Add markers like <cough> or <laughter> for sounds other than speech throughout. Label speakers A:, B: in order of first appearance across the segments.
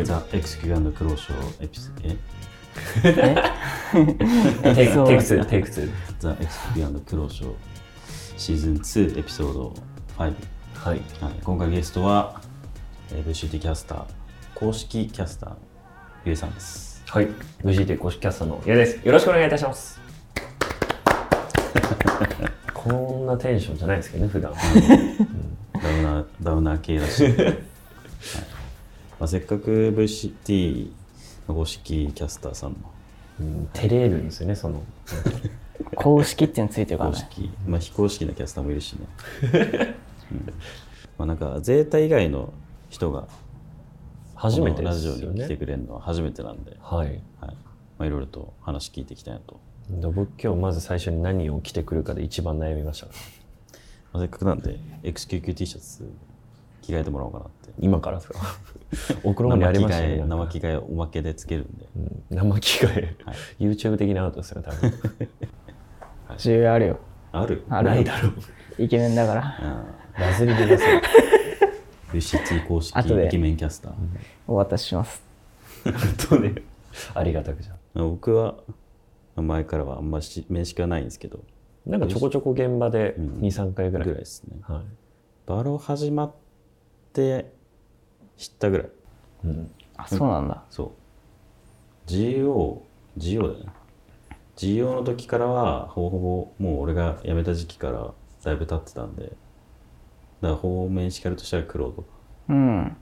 A: いザ・エクスキュアンド・クローショーエピスえ
B: え
A: テイク
B: そう
A: テイク2、テイク2。ザ・エクスキュアンド・クローショーシーズン2エピソード5。はい、
C: はい
A: 今回ゲストは、えー、VCT キャスター、公式キャスターのゆえさんです。
C: はい VGT 公式キャスターの矢ですよろしくお願いいたします
A: <laughs>
C: こんなテンションじゃないですけどね普段
A: ダウナー、 <laughs> ダウナー系だし。はいまあ、せっかく VCT の公式キャスターさんも
C: うん照れるんですよねその
B: 公式っていうのついてるから
A: 公
B: ね。
A: 式、まあ、非公式なキャスターもいるしね、うんまあ、なんかゼータ以外の人が
C: 初めて
A: こ
C: で
A: のラ
C: す
A: ジオ
C: よ
A: に来て
C: ね
A: くれるのは初めてなんで、
C: はい
A: はいまあ、いろいろと話聞いていきたいなと、
C: で僕今日まず最初に何を着てくるかで一番悩みましたから
A: まあ、せっかくなんで XQQT シャツ着替えてもらおうかな
C: <laughs>
A: って
C: 今から
A: <laughs>
C: ですか送るものにあ
A: 生
C: り
A: 着
C: ました
A: 替
C: ね
A: え
C: なん
A: 生
C: か
A: 着替えおまけでつけるんで
C: うん生着替え、
A: はい
C: YouTube 的なアウトですよ多分
A: <laughs>
B: 需要あるよ。
A: ある
B: ある
C: ないだろう
B: イケメンだから。
C: ラズリで出せ
A: VCT 公式
B: 後で
A: イケメンキャスター、
B: お渡しします。
C: とねありがたくじゃん
A: 僕は前からはあんまし面識はないんですけど
C: なんかちょこちょこ現場で
A: うん
C: 23回ぐ
A: ぐ
C: ら
A: ら
C: い、
A: いですね
C: は
A: バロ始まって知ったぐらい
C: い、うん、
B: あ、そうなんだ。
A: そう GO GO だよね GO の時からはほぼほぼもう俺が辞めた時期からだいぶ経ってたんでだから方面しかるとしたら苦労とか
B: うん。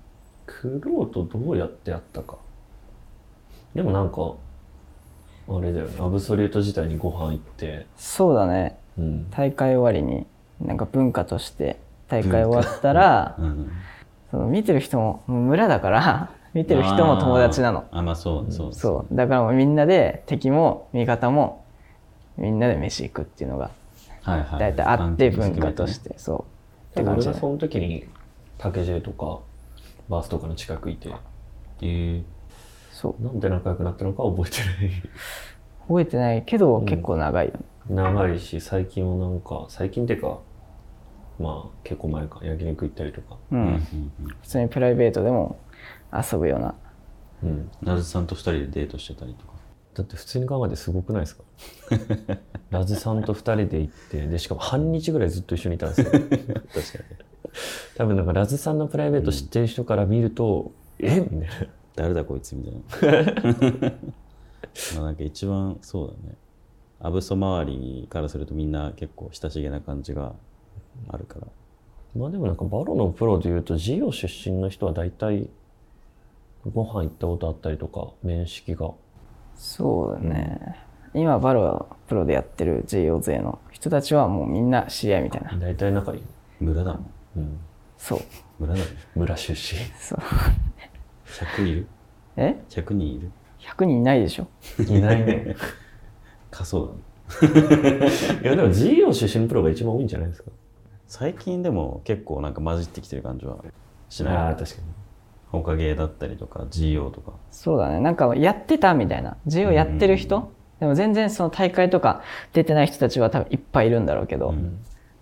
C: クローとどうやってやったかでもなんかあれだよねアブソリュート自体にご飯行って、
B: そうだね。
C: うん、
B: 大会終わりに、なんか文化として、大会終わったら、
A: うん
B: その見てる人も、もう村だから、見てる人も友達なの。
A: あーあまあそうねそうね
B: そう。だからもうみんなで、敵も味方も、みんなで飯行くっていうのが、
A: はいはい
B: だいたいあって文化として、そう。っ
C: で
B: て
C: も
B: 感
C: 俺
B: じだ
C: が
B: ね
C: その時に竹 J とかバースとかの近くいて
A: ていう
B: そう。
C: なんで仲良くなったのかは覚えて
B: 覚えてないけど、結構長いよね。
C: ない <laughs> 長いし最近はなんか最近っていうかまあ結構前か焼肉行ったりとか、
B: う
A: うんうんん。うん
B: 普通にプライベートでも遊ぶような
C: うん、
A: なずさんと二人でデートしてたりとか
C: だって普通に考えてすごくない
B: <laughs>
C: ですかラズさんと2人で行ってでしかも半日ぐらいずっと一緒にいたんですよ
A: 確かに
C: 多分なんかラズさんのプライベート知ってる人から見ると、えみたいな <laughs>
A: 誰だこいつみたい
B: <laughs>
A: なまあなんか一番そうだねアブソ周りからするとみんな結構親しげな感じがあるから
C: まあでもなんかバロのプロでいうと GO 出身の人は大体ご飯行ったことあったりとか面識が
B: そうだね今バロはプロでやってる JO 勢の人たちはもうみんな知り合いみたいな
C: 大体仲いい、
A: 村だもん
C: うん、
B: そう
A: 村だもん
C: 村出身
B: そう
A: 100いる
B: え
A: 100人いる
B: 100人いないでしょ
C: いないね
A: 仮想だね
C: <laughs> いやでも GO 出身のプロが一番多いんじゃないですか
A: 最近でも結構なんか混じってきてる感じはし
C: あ
A: な
C: あ
A: い
C: 確かに
A: おかげだったりとか GO とか
B: そうだねなんかやってたみたいな JO やってる人でも全然その大会とか出てない人たちは多分いっぱいいるんだろうけど、
A: うん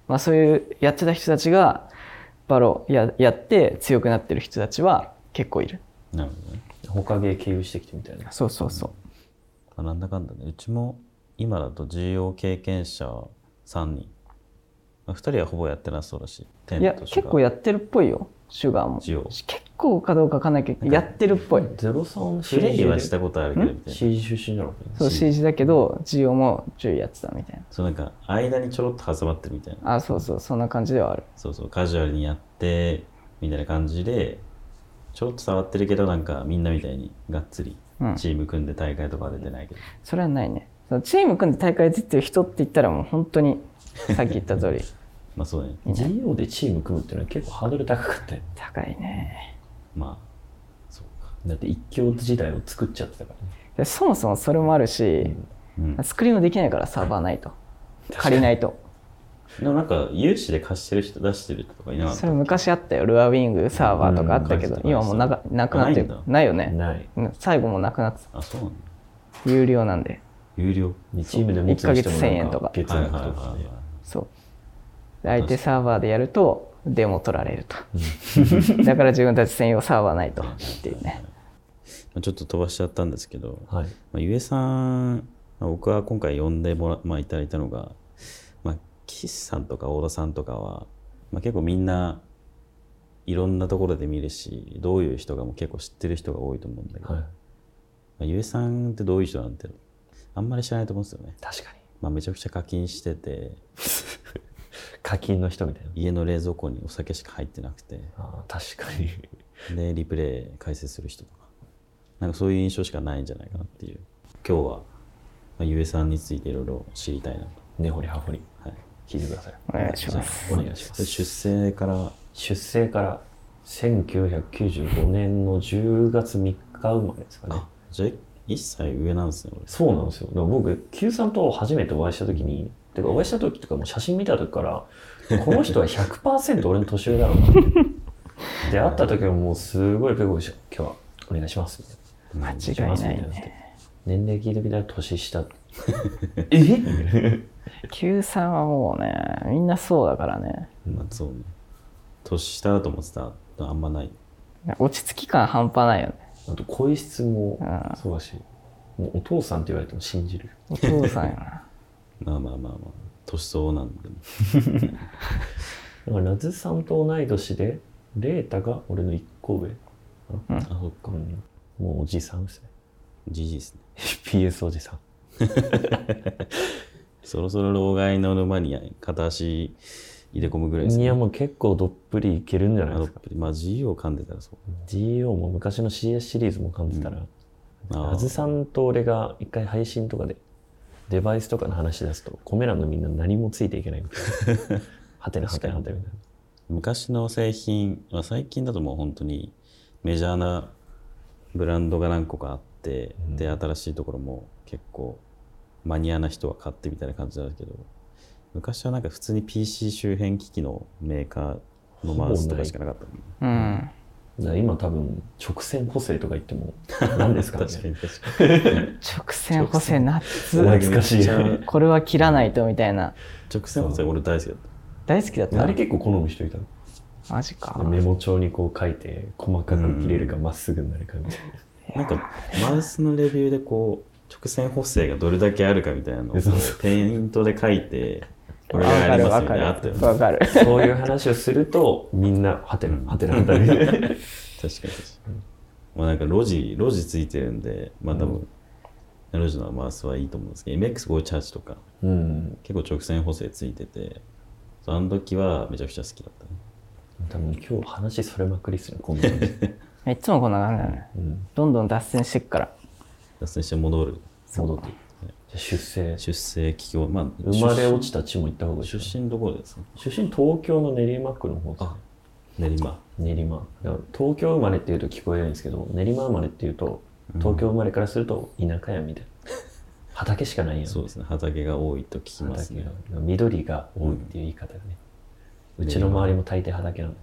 B: まあ、そういうやってた人たちがバロややって強くなってる人たちは結構いる
A: なるほどね、
C: 他芸経由してきてみたいな
B: そうそうそ
A: まあ、
B: う
A: なんだかんだねうちも今だと GO 経験者3人まあ2人はほぼやってなそうだしテン
B: いや
A: トと
B: 結構
A: や
B: やってるっぽいよシュガーも
A: ジオ
B: 結構かどうかわかんないけどやってるっぽい
C: 03
A: プレイはし
C: で
A: たことあるけどみたいな
C: CG 出身じゃなかった
B: そう
A: C
B: CG だけど GO も10やってたみたい
A: そうなんか間にちょろっと挟まってるみたいな
B: なあそうそうそんな感じではある
A: そうそうカジュアルにやってみたいな感じでちょろっと触ってるけどなんかみんなみたいにがっつり
B: うん
A: チーム組んで大会とかは出てないけど、
B: それはないねそのチーム組んで大会出てる人って言ったらもう本当にさっき言っ
A: <laughs>
B: た通り
A: まあそうだね
C: GO でチーム組むっていうのは結構ハードル高かったよ
B: 高いね
A: まあそうか
C: だって一強時代を作っちゃってたからね
B: でそもそもそれもあるし、
A: うんで
B: スクリームできないからサーバーないと借りないと
A: もなんか有志で貸してる人出してる人とかいなかっ
B: そ
A: た
B: れ昔あったよルアーウィングサーバーとかあったけ
A: う
B: ど
A: ん
B: 今もうなかなくなって
A: ない
B: る
A: んだ
B: ないよね
C: ない
B: うん最後もなくなってた
A: あそうなんだ
B: 有料なんで
A: 有料
C: チームで持つにしても
B: 一ヶ月1000円とか
C: 月
A: はいはい
C: 額
A: はい
C: とか
A: はい
C: ね
B: そうで相手サーバーでやるとデモ取られるとだから自分たち専用サーバーないとっていうね
A: まあちょっと飛ばしちゃったんですけど、
C: はい。
A: まあ、ゆえさん、まあ僕は今回呼んでもら、まあ、いただいたのが、まあ、岸さんとか大田さんとかは、まあ、結構みんないろんなところで見るしどういう人がもう結構知ってる人が多いと思うんだけど、
C: はい。
A: まあ、ゆえさんってどういう人なんてあんまり知らないと思うんですよね、
C: 確かに。
A: まあ、めちゃくちゃ課金してて
C: 課金の人みたいな。
A: 家の冷蔵庫にお酒しか入ってなくて
C: ああ、確かに。
A: でリプレイ解説する人とかなんかそういう印象しかないんじゃないかなっていう今日は、まあ、ゆえさんについていろいろ知りたいなと、
C: <laughs> 根掘り葉掘り、
A: はい、
C: 聞いてください。
B: お願いします。
C: お願いします。
A: 出生から
C: 出生から1995年の10月3日生まれですかね
A: あ。じゃあ1歳上なんですね俺
C: そうなんですよ。だから僕、Q さんと初めてお会いしたときに、てかお会いしたときとかもう写真見たときから、この人は100%俺の年上だろうなって。 <laughs> で、会ったときはもうすごいペコペコして、今日はお願いしますみたいな。
B: 間違
C: お願
B: い
C: し
B: な
C: ます
B: い
C: みた
B: ね。
C: な年齢聞いてみたら年下。え
B: Q3 はもうね、みんなそうだからね。
A: まあそうね年下だと思ってたのあんまない
B: 落ち着き感半端ないよね。
C: あと、声質も
B: うん
C: そうだし、もうお父さんって言われても信じる。
B: お父さんやな。
A: まあまあまあまあ年相応なんで
C: だから、夏さんと同い年で、レータが俺の1個上。
A: あそっか
C: うんもうおじさんですね。
A: じじいですね
C: PS おじさん。
A: そろそろ老害の沼に片足入れ込むぐらいです
C: い
A: ね
C: や、もう結構どっぷりいけるんじゃない
A: あ
C: で
A: の
C: すか。
A: まあ G を噛んでたらそう
C: GO も昔の CS シリーズも噛んでたら、
A: あ
C: あずさんと俺が一回配信とかで、デバイスとかの話し出すと、コメ欄のみんな何もついていけないみたいな。 <laughs> はてなはてなはてなみたいな。
A: 昔の製品、まあ、最近だともう本当にメジャーなブランドが何個かあって、
C: うん
A: で新しいところも結構マニアな人は買ってみたいな感じなんだけど昔はなんか普通に PC 周辺機器のメーカーのマウスとかしかなかったもんね
B: うん。
C: だから今多分、直線補正とか言っ
A: <laughs>
C: ても、何ですかね。
A: 確かに確か
B: 直線補正ナッツ
C: 懐かしい。あ
B: これは切らないとみたいな。
A: に直線補正俺大好きだっ
B: 大好きだった
C: れ結構好む人いたの
B: マジか。
C: メモ帳にこう書いて、細かく切れるかまっすぐになるかみたい
A: たなんかマウスのレビューでこう直線補正がどれだけあるかみたいなのを
C: そうそう
A: ペイントで書いてこ
B: わ
A: れがあ
B: か
A: り
B: る
A: ますよねあ
B: わかる。
A: ったよね
B: わかる。
C: な。そういう話をすると、みんな、はてな、はてな、はてなみたい
A: <laughs>
C: な。
A: 確かに確かに、まあなんか路地路地ついてるんでまあ多分、路地のマウスはいいと思うんですけど MX58 とか
C: うん。
A: 結構直線補正ついててそうあの時はめちゃくちゃ好きだったね
C: 多分今日話それまくりっすね、こ
A: <laughs>
C: んな感じ。
B: いつもこんな感じだね。
C: うん、
B: どんどん脱線してっから。
A: 脱線して戻る
C: 戻っていい。じゃあ出生、
A: 出生企業まあ
C: 生まれ落ちた地も行った方がいい
A: 出
C: かな。
A: 出身どころですね
C: 出身東京の練馬区の方ですね
A: あ練馬
C: 練馬。だから東京生まれっていうと聞こえないんですけど、練馬生まれっていうと、東京生まれからすると田舎や
A: <laughs>
C: みたいな。畑しかないやん。
A: そうですね畑が多いと聞きます
C: 畑
A: ね
C: が。緑が多いっていう言い方がね。うちの周りも大抵畑なの。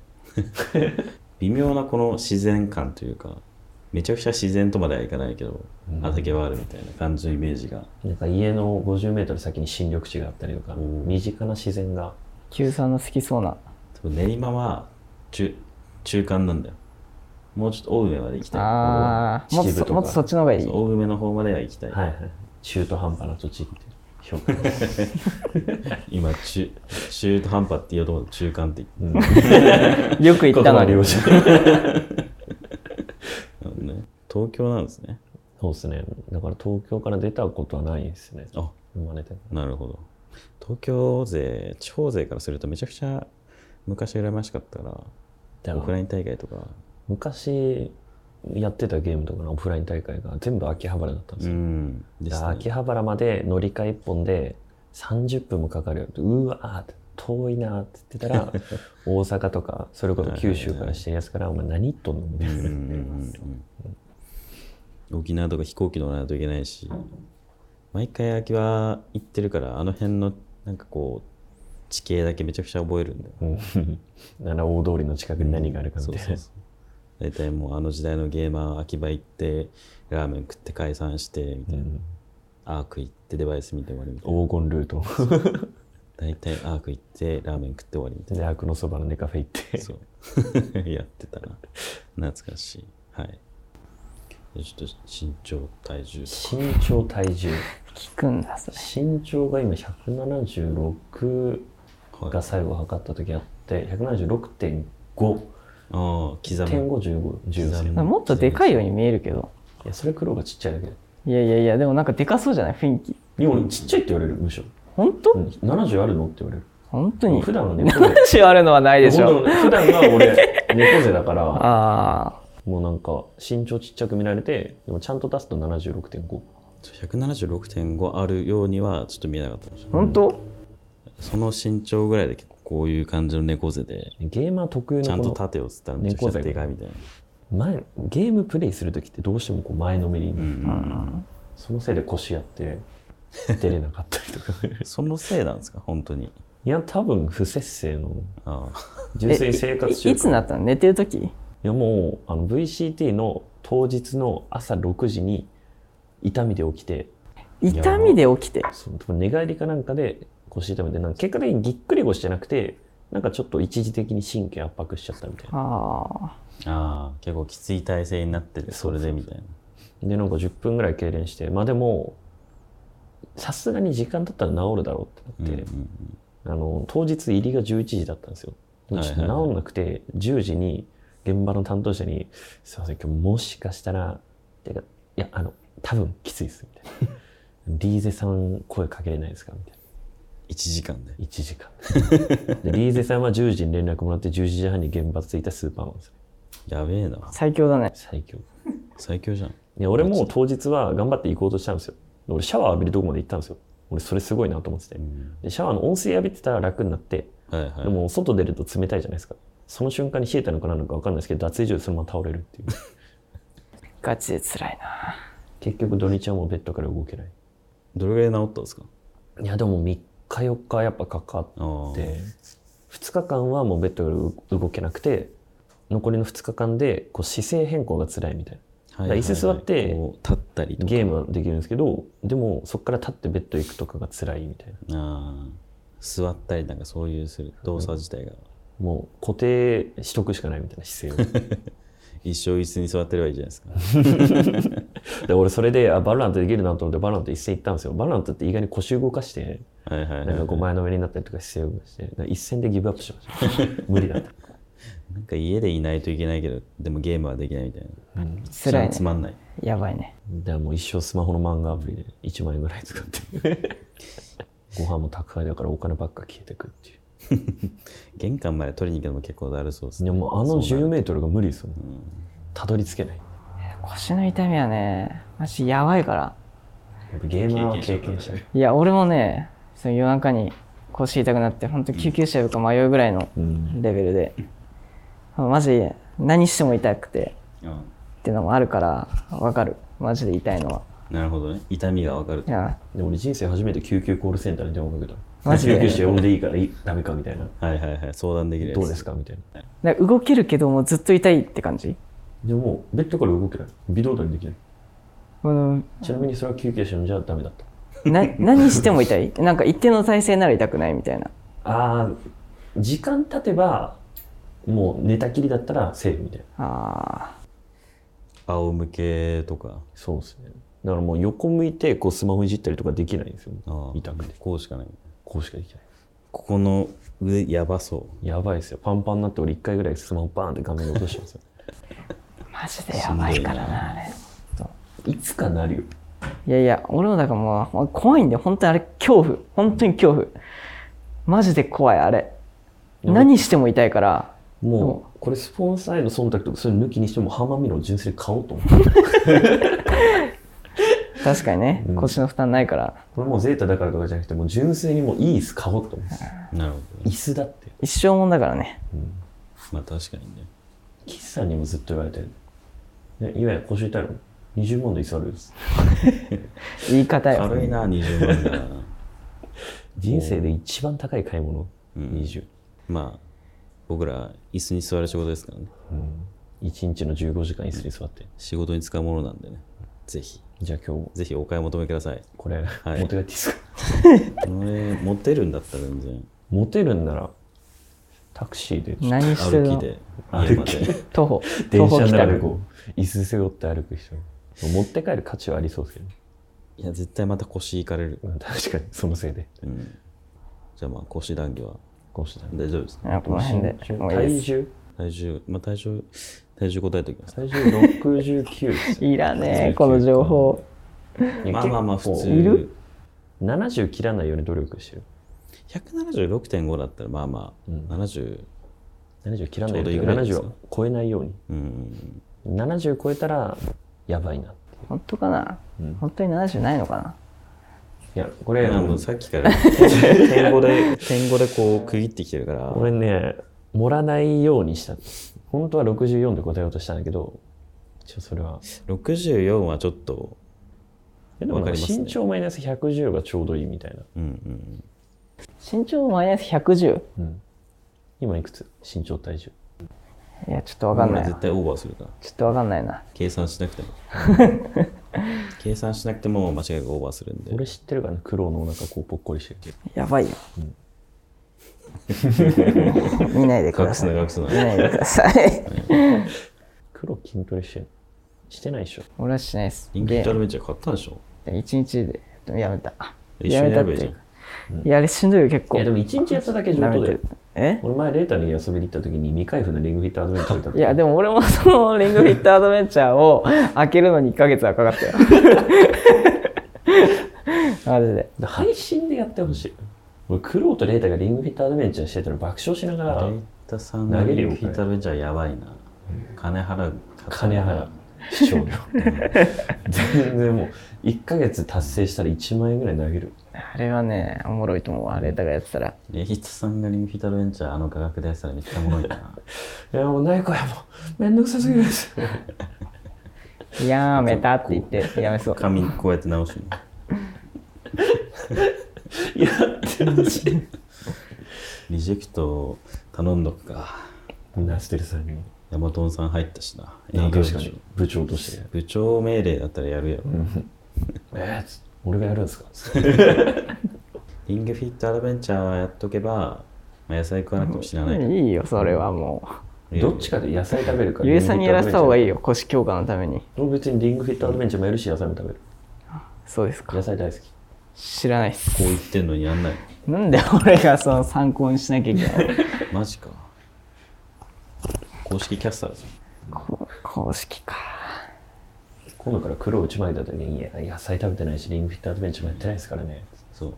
A: 微妙なこの自然感というかめちゃくちゃ自然とまではいかないけど、
C: うん
A: 畑はあるみたいな感じのイメージが
C: なんか家の50メートル先に新緑地があったりとか、
A: うん
C: 身近な自然が。
B: Q さんの好きそうな。
A: 多分練馬は中中間なんだよもうちょっと大梅まで行きたい
B: ああ、もっと
C: 秩父と
B: そ
C: か
B: もっとそっちの方がいい
A: そう。大梅の方までは行きたい、
C: はいはい。中途半端な土地っていう評価。
A: <laughs> 今中中途半端って言おうと思って中間って言っ
C: うん
B: よく行ったのに。
A: たのね東京なんですね
C: そうですね。だから東京から出たことはないですね。
A: あ
C: 生まれて。
A: なるほど東京勢地方勢からするとめちゃくちゃ昔羨ましかったか
C: だ
A: らオ
C: か
A: フ
C: ら
A: ライン大会とか
C: 昔やってたゲームとかのオフライン大会が全部秋葉原だったんです
A: う
C: よ。
A: んで
C: だ
A: す
C: から秋
A: ね
C: 葉原まで乗り換え1本で30分もかかるよって。うわーって遠いなーって言っ
A: <laughs>
C: てたら大阪とかそれこそ九州からしてるやつから「お前何言っとんの?」みた
A: う
C: い
A: んうんう
C: な
A: んうん沖縄とか飛行機乗らないといけないし毎回秋葉行ってるからあの辺のなんかこう地形だけめちゃくちゃ覚えるんだよ
C: うん <laughs> なら大通りの近くに何があるかみ
A: そう
C: たい
A: そ
C: な
A: うそう大体もうあの時代のゲーマーは秋葉行ってラーメン食って解散してみたいな、
C: うん
A: アーク行ってデバイス見て終わりみたいな
C: 黄金ル
A: <laughs>
C: ート
A: 大体アーク行ってラーメン食って終わりみたい
C: で悪のそばのネカ <laughs> フェ行っ
A: <laughs>
C: て
A: なそうやってたな懐かしいはいでちょっと身長、体重とか。
C: 身長、体重。
B: 聞くんだ、それ。
C: 身長が今176
A: はい、
C: が最後測った時あって、
A: ああ、
C: 176.5。
A: 刻
C: 点
A: む。
C: 5、15、
A: 刻
C: 10
A: む
B: なんかもっとでかいように見えるけど。
C: いや、それ黒がちっちゃいだけで。
B: いやいやいや、でもなんかでかそうじゃない雰囲気。
C: いや、俺ちっちゃいって言われる、むしろ。
B: 本
C: う
B: 当
C: ん、70あるのって言われる。
B: 本当に。
C: 普段はね、猫背。
B: 話あるのはないでしょ。
C: 本当に普段は俺、猫背だから、
B: あ
C: もうなんか、身長ちっちゃく見られて、でもちゃんと出すと76.5。
A: 176.5あるようにはちょっと見えなかったかもしれ
B: あ、
A: ない
B: 本当
A: その身長ぐらいで結構こういう感じの猫背で、
C: ゲーマー特有
A: ちゃ
C: の
A: んと
C: この
A: 縦をつったらめちゃくちゃでかいみたいな。
C: 前、ゲームプレイするときってどうしてもこう前のめりにな
A: う
C: る
A: んうん
C: そのせいで腰やって、出れなかったりとか。
A: うん、そのせいなんですか、本当に。
C: いや、多分不節制の、
A: あ
C: 純粋に生活習
B: いいつ
C: 慣。
B: ないったの寝てる時
C: や、もう、あの、VCT の当日の朝6時に、痛みで起きて、
B: 痛みで起きて。
C: その多分寝返りかなんかで腰痛めて、なんか結果的にぎっくり腰じゃなくて、なんかちょっと一時的に神経圧迫しちゃったみたいな。
B: あ
A: あああ、結構きつい体勢になってる、それでみたいな。
C: で、なんか10分ぐらい痙攣して、まあでも、さすがに時間だったら治るだろうってなって、
A: うんうんうん
C: あの当日入りが11時だったんですよ。でもちょっと
A: はいはいはい
C: 治んなくて、10時に現場の担当者に、すいません、今日もしかしたら、てか、いや、あの、多分きついです、みたいな。リーゼさん声かけれないですかみたいな。
A: 1時間で。
C: 1時間。でリーゼさんは10時に連絡もらって、11時半に現場着いたスーパーマンですね。
A: やべえな
B: あ、。最強だね。
C: 最強。
A: 最強じゃん。
C: で俺も当日は頑張って行こうとしたんですよ。で俺シャワー浴びるとこまで行ったんですよ。俺それすごいなと思ってて
A: う。ん
C: でシャワーの温水浴びてたら楽になって、
A: はいはい。
C: でも外出ると冷たいじゃないですか。その瞬間に冷えたのかなのか分かんないですけど、脱衣所でそのまま倒れるっていう。
B: ガチで辛いな。
C: 結局土日はもうベッドから動けない。
A: どれぐらい治ったんですか
C: いや、でも3日4日やっぱかか
A: ああ。
C: って、2日間はもうベッドから動けなくて、残りの2日間でこう姿勢変更が辛いみたいな。
A: は
C: 椅子座って
A: こう立ったりとか。
C: ゲームはできるんですけど、でもそこから立ってベッド行くとかが辛いみたいな。
A: ああ座ったりなんかそういうする動作自体が。
C: もう固定しとくしかないみたいな
A: <laughs>
C: 姿勢
A: 一生椅子に座ってればいいじゃないですか。
C: を。で、俺それで、あ、バロラントできるなと思ってバロラント一戦行ったんですよ。バロラントって意外に腰動かして、
A: はいはいはい。
C: なんかこう前のめりになったりとか姿勢を動かして、なんか一戦でギブアップしま
A: <laughs>
C: した。無理だった。
A: なんか家でいないといけないけど、でもゲームはできないみたいな。
C: うん
B: 辛い
A: つ
B: ね。
A: まんない。
B: やばいね。
C: だからもう一生スマホの漫画アプリで1万円ぐらい使って。
A: <laughs>
C: ご飯も宅配だからお金ばっか消えてくっていう。
A: 玄関まで取りに行くのも結構だるそうです
C: い
A: ね。
C: やもうあの
A: そう
C: 10メートルが無理ですよ。
A: うん
C: たどり着けない。
B: 腰の痛みはね、マジやばいから。
C: やっぱゲームは経験者。
B: いや、俺もね、その夜中に腰痛くなって、本当救急車呼ぶか迷うぐらいの
C: うん。
B: レベルで、マジ何しても痛くて
A: うん
B: っていうのもあるから、わかる。マジで痛いのは。
A: なるほどね。痛みがわかる
B: い。や、
C: で俺人生初めて救急コールセンターに電話かけた。
B: マジで
C: 救急車呼んでいいからいいダメかみたいな。
A: はいはいはい。相談できるやつ。
C: どうですかみたいな。
B: だから動けるけどもうずっと痛いって感じ
C: でも、ベッドから動けない。微動だにできない。
B: うん
C: ちなみにそれは救急車呼んじゃダメだった。
B: な何しても痛いなんか一定の体勢なら痛くないみたいな
C: ああ、時間経てば、もう寝たきりだったらセーフみたいな。
B: あ
A: 仰向けとか。
C: そうですね。だからもう横向いてこうスマホいじったりとかできないんですよ。
A: ああ
C: 痛くて。
A: こうしかない。
C: こうしかできない。
A: ここの上やばそ
C: やばいですよ。パンパンになって俺一回ぐらいスマホバーンって画面に落としてますよ。
B: ーマジでやばいからなあれ
C: いつかなるよ。
B: いやいや俺もだからもう怖いんだよ本当にあれ恐怖本当に恐怖マジで怖いあれ
C: でも
B: 何しても痛いから
C: もう、これスポンサーへの忖度とかそういうの抜きにしても浜見の純粋に買おうと思って。
B: 確かにね、
C: うん
B: 腰の負担ないから
C: これもうゼータだからとかじゃなくて、もう純粋にもういい椅子買おうと思って。
A: う。なるほど
C: 椅
A: ね。
C: 子だって。
B: 一生もんだからね
C: うん
A: まあ確かにね。
C: 岸さんにもずっと言われてる。ね、いわゆる腰痛いの ?20 万の椅子あるです。
B: 言い方よ
A: 軽いな、20万だな。 <laughs>
C: 人生で一番高い買い物、
A: うん
C: 20。
A: まあ、僕ら椅子に座る仕事ですからね。
C: うん、1日の15時間椅子に座って。
A: 仕事に使うものなんでね。ぜひ、
C: じゃあ今日、
A: ぜひお買い求めください。
C: これ、
A: い
C: 持って帰っていいですか
A: これ、持てるんだったら全然。
C: <laughs> 持てるんなら、タクシーで、
B: 何してる
A: 歩き
B: の
A: で、家ま
C: 歩
A: で。
B: 徒歩
C: 電
B: 徒
C: 車
B: 歩
C: の中
B: 帰
C: で
B: 宅
C: こう、椅子背負って歩く人。持って帰る価値はありそうですけどね、
A: いや、絶対また腰いかれる。
C: うん確かに、そのせいで。
A: うん。じゃあまあ、腰談義は
C: こうした
A: 大丈夫ですか
B: やっぱこの辺でもういい
C: 体
B: です。
C: 重
A: 体重、まあ体重、体重答えておきます。
C: 体重69ですよ。
B: いらねえ、この情報。
A: まあまあまあ、普通。
B: いる
C: 70切らないように努力してる。
A: 176.5だったら、まあまあ、
C: うん
A: 70、
C: 70切らないよう
A: ちょうど
C: に。
A: いいぐらいですよ
C: 70を超えないように。
A: うん、
C: 70超えたら、やばいなって
B: 本当かな
C: いう。うん
B: 本当に70ないのかない
C: や、これ、
A: いやもうさっきから
B: <laughs>
A: 点語で点語でこう区切ってきてるから
C: 俺ね、盛らないようにした。本当は64で答えようとしたんだけど、ちょそれは。
A: 64はちょっと
C: えでもなん
A: わか
C: か
A: りますね
C: 身長マイナス110がちょうどいいみたいな。
A: うんうん
B: 身長マイナス110。
C: うん、今いくつ身長体重。
B: いや、ちょっとわかんな
A: 俺
B: い
A: 絶
B: な。
A: 対オーバーするから
B: ちょっとわかんないな。
A: 計算しな
B: <laughs>
A: くても計算しなくても間違いがオーバーするんで
C: 俺知ってるからね、苦労のお腹こうぽっこりしてる。
B: やばいよ。 <laughs> 見ないでくだ
A: 隠
B: さ
A: す
B: い。
A: な隠すな
B: 見ないでください。
C: 苦労筋トレしてるしてないでしょ。
B: 俺はしないです。
A: 人気
B: で
A: トラベンチャー買ったんでしょ
B: 一日でやめた。
A: 一緒にやればいいじゃ
B: やめたっていうんかいや、あれしんどいよ、結
C: い
B: 構。
C: やでも1日やっただけ上
B: 舐
C: 等
B: めて
C: だよ
B: る。。え
C: 俺前レーターに遊びに行った時に未開封のリングフィットアドベンチャー行った
B: いや、
C: 時
B: でも俺もそのリングフィットアドベンチャーを開けるのに1ヶ月はかかったよ。マジで。
C: 配信でやってほしい。俺、苦労とレーターがリングフィットアドベンチャーしてたら爆笑しなが
A: レ
C: ら
A: ータさんの
C: 投げ
A: リ
C: る
A: ン
C: よ
A: グフィットアドベンチャーやばいな金払う
C: 金払う視聴料全然もう1ヶ月達成したら1万円ぐらい投げる
B: あれはね、おもろいと思うわ、レータがやってたら。
A: レータさんがリングフィットアドベンチャーあの価格でやってたらめっちゃおもろいな <laughs>
C: いやもうない子やもうめんどくさすぎる
B: <laughs>
C: です
B: やめたって言って、やめそう。
A: 髪こうやって直すの
C: やってほし
B: <laughs>
C: い
A: リジェクトを頼んどくか
C: ナステルさんに
A: ヤマトンさん入ったしな。
C: 確
A: 営業
C: か
A: 職
C: に部長として
A: 部長命令だったらやるやろ。
C: えー、俺がやるんですか
A: リングフィットアドベンチャーやっとけば、まあ、野菜食わなくても死なない。
B: いいよ、それはも
C: どっちかで野菜食べるか
B: う。ゆえさんにやらせた方が
C: いい
B: いいよ、腰強化のために。
C: 俺別にリングフィットアドベンチャーもやるし野菜も食べる
B: そうですか
C: 野。菜大好き
B: 知らないっす
A: こう。言ってんのにやんない。
B: なんで俺がその参考にしなきゃいけない
A: <laughs>
B: の
A: マジか。公式キャスターですよ。
B: こ公式か。
C: 今度から黒打ちまいた時にいや野菜食べてないしリングフィットアドベンチャーもやってないですからね
A: そう。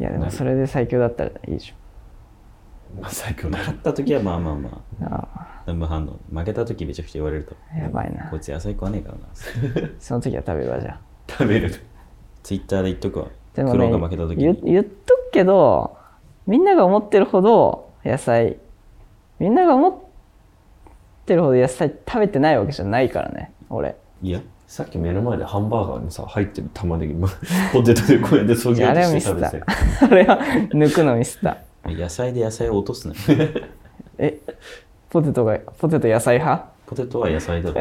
B: いや、でもそれで最強だったらいいでし
C: まあ最強だ
A: 勝った時はまあまあま
B: ょ。あ
A: あ、南部反応。負けた時めちゃくちゃ言われると。
B: あ、やばいな
A: こい。つ野菜食わねえからな。
B: その時は食べるわ、じゃあ。
C: 食べる
A: ツイッターで言っとくわ。
B: でも
A: クロー
B: ね
A: ンが負けた時
B: 言
A: に。
B: 言っとくけどみんなが思ってるほど野菜みんなが思ってるほど野菜食べてないわけじゃないからね俺
A: いや、
C: さっき目の前でハンバーガーにさ入ってる玉ねぎまポテトでこうやってそ
B: い
C: ぎ
B: や
C: 落と
B: あ
C: し
B: れは
C: て
B: ミス
C: 食
B: っ
C: べ
B: た
C: て
B: <laughs> あれは抜くのミスった
A: 野菜で野菜を落とすな。
B: えポテトがポテト野菜派
A: ポテトは野菜だろ。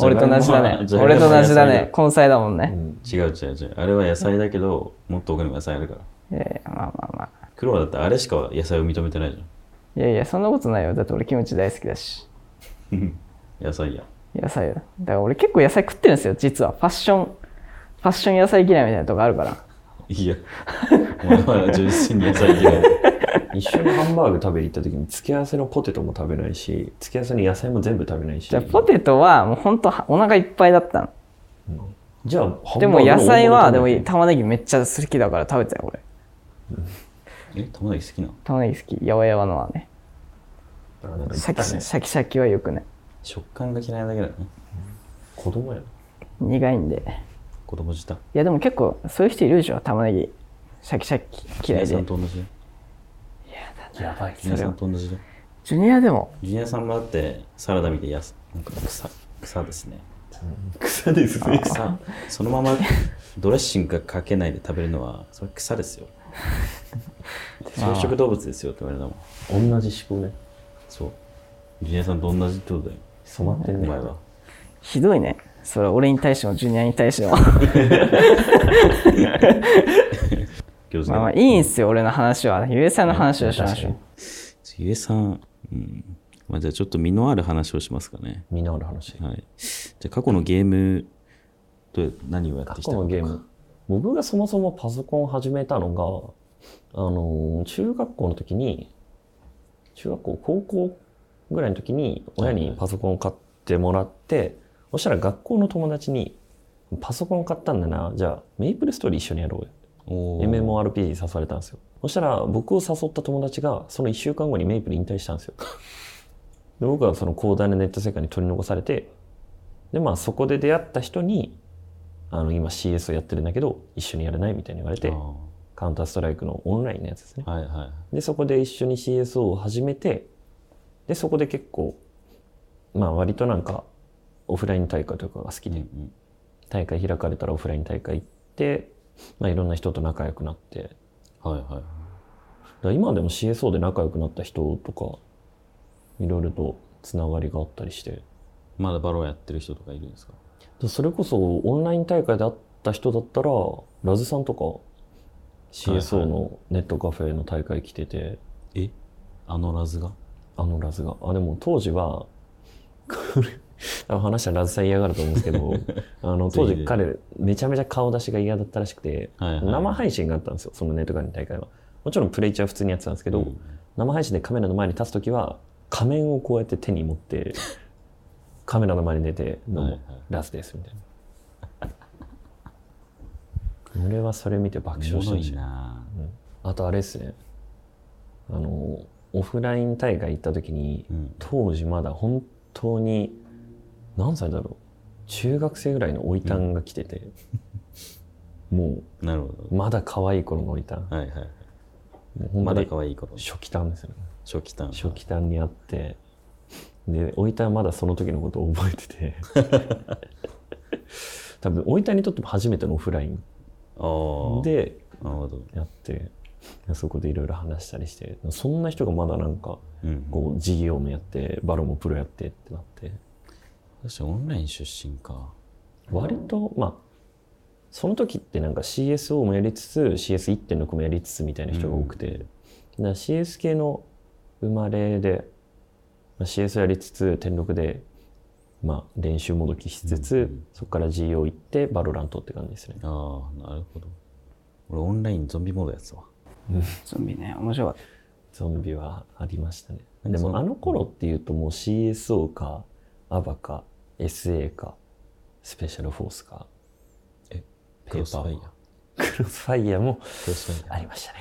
B: 俺と同じだね
A: じゃがい
B: 俺
A: も
B: と同じだ
A: 野菜
B: ね根菜だもん
C: う
B: ね、
C: ん
A: 違う違う違う。あれは野菜だけど、もっと奥にも野菜あるから。
B: いやいやまあまあまあ
A: 黒はだってあれしか野菜を認めてないじ
B: いやいやそんなことないよだって俺キムチ大好きだし
A: ゃん。野菜や。
B: 野菜だから俺結構野菜食ってるんですよ実はファッションファッション野菜嫌いみたいなとこあるから
A: いや、お前は純粋に野菜嫌い。
C: 一緒にハンバーグ食べに行った時に付け合わせのポテトも食べないし付け合わせの野菜も全部食べないし
B: じゃあポテトはもうほんとお腹いっぱいだったの
C: じゃあハンバーグ
B: でも野菜はで
C: の大
B: も
C: 盛り食べ
B: 玉ねぎめっちゃ好きだから食べたよ俺
A: え、玉ねぎ好きなの
B: 玉ねぎ好きやわやわのはね
C: あなんか
B: シャ
C: 言っ
B: キ
C: た
B: シャ
C: ね
B: シャキシャキはよくない
A: 食感が嫌いだけだね。
C: 子供や
B: 苦いんで
A: 子供自体。
B: いやでも結構そういう人いるでしょ玉ねぎシャキシャキ嫌い
A: ジュニア
B: で
A: さんと同じだよ。
C: なやばい
A: ジュニアさんと同じだよ。
B: ジュニアでも
A: ジュニアさんもだってサラダ見てやす、なんか草、草ですね。
C: 草ですね
A: 草、そのままドレッシングがかけないで食べるのは、それ草です
C: <laughs>
A: よ。草食動物ですよって言われたもん。
C: 同じ思考ね
A: そう。ジュニアさんと同じってことだよ。
C: 染まって
A: お
C: んね
A: 前は。
B: ひどいねそれ俺に対してもジュニアに対しても
A: 餃子
B: まあまあいいんすよ俺の話はゆえさんの話をしましょう
A: ゆえさん、うんまあ、じゃあちょっと身のある話をしますかね。
C: 身のある話
A: はい、じゃあ過去のゲームどう何をやっ
C: 過
A: てき
C: 去
A: た
C: の
A: の
C: ゲーム僕がそもそもパソコンを始めたのが、あのー中学校の時に中学校高校ぐらいの時に親にパソコンを買ってもらって、そしたら学校の友達に「パソコン買ったんだなじゃあメイプルストーリー一緒にやろうよ」
A: おー
C: MMORPG に誘われたんですよそしたら僕を誘った友達がその1週間後にメイプル引退したんですよで僕はその広大なネット世界に取り残されてでまあそこで出会った人にあの今 CS をやってるんだけど一緒にやれないみたいに言われて
A: あ
C: カウンターストライクのオンラインのやつですね
A: ーはいはい
C: でそこで一緒に CSO を始めてでそこで結構まあ割となんかオフライン大会とかが好き
A: うんう
C: で、
A: ん
C: 大会開かれたらオフライン大会行って、まあ、いろんな人と仲良くなって
A: はいはい
C: だから今でも CSO で仲良くなった人とかいろいろとつながりがあったりして
A: まだバローやってる人とかいるんですか
C: でそれこそオンライン大会で会った人だったらラズさんとか CSO のネットカフェの大会来てて、
A: えあのラズが
C: あのラズがあでも当時はこれあの話はラズさん嫌がると思うんですけ
A: <laughs>
C: どあの当
A: ぜひぜ
C: 時
A: ひ
C: 彼めちゃめちゃ顔出しが嫌だったらしくて
A: はいはい
C: 生配信があったんですよそのネットカフェの大会はもちろんプレイ中は普通にやってたんですけど、
A: うん
C: 生配信でカメラの前に立つ時は仮面をこうやって手に持ってカメラの前に出て「どう
A: はいは
C: も
A: い
C: ラスです」みたいな俺はそれ見て爆
A: お
C: 笑
A: も
C: して
A: ろ
C: ま
A: い
C: した
A: な
C: あとあれですねあのオフライン大会行った時に
A: うん
C: 当時まだ本当に何歳だろう中学生ぐらいのおいたんが来てて、も
A: なるほ
C: うまだ可愛い頃のおいたん
A: どはいはいはい
C: もう本当に
A: まだ可愛い頃
C: 初期タンですよね
A: 初期ターン
C: 初期短にあってでおいたんまだその時のことを覚えてて多分おいたんにとっても初めてのオフライン
A: ああ
C: で
A: なるほど
C: やってそこでいろいろ話したりしてそんな人がまだなんか
A: うん
C: こう事業もやってバロもプロやってってなって
A: 確かにオンライン出身か
C: 割とまあその時ってなんか CSO もやりつつ CS1.6 もやりつつみたいな人が多くて、だから CS 系の生まれで、まあ、CS やりつつ点6で、まあ、練習もどきしつつ、
A: うん
C: そこから GO 行ってバロラントって感じですね
A: ああなるほど俺オンラインゾンビモードやつわ
B: ゾンビね、面白かった。
C: ゾンビはありましたね
A: なんか
C: で
A: その
C: もあの頃っていうともう CSO か ABA か SA かスペシャルフォースか
A: え
C: ペーパーマ
A: ク
C: ン
A: ロ
C: クロスファイヤーも
A: クロスファイヤ
C: ありましたね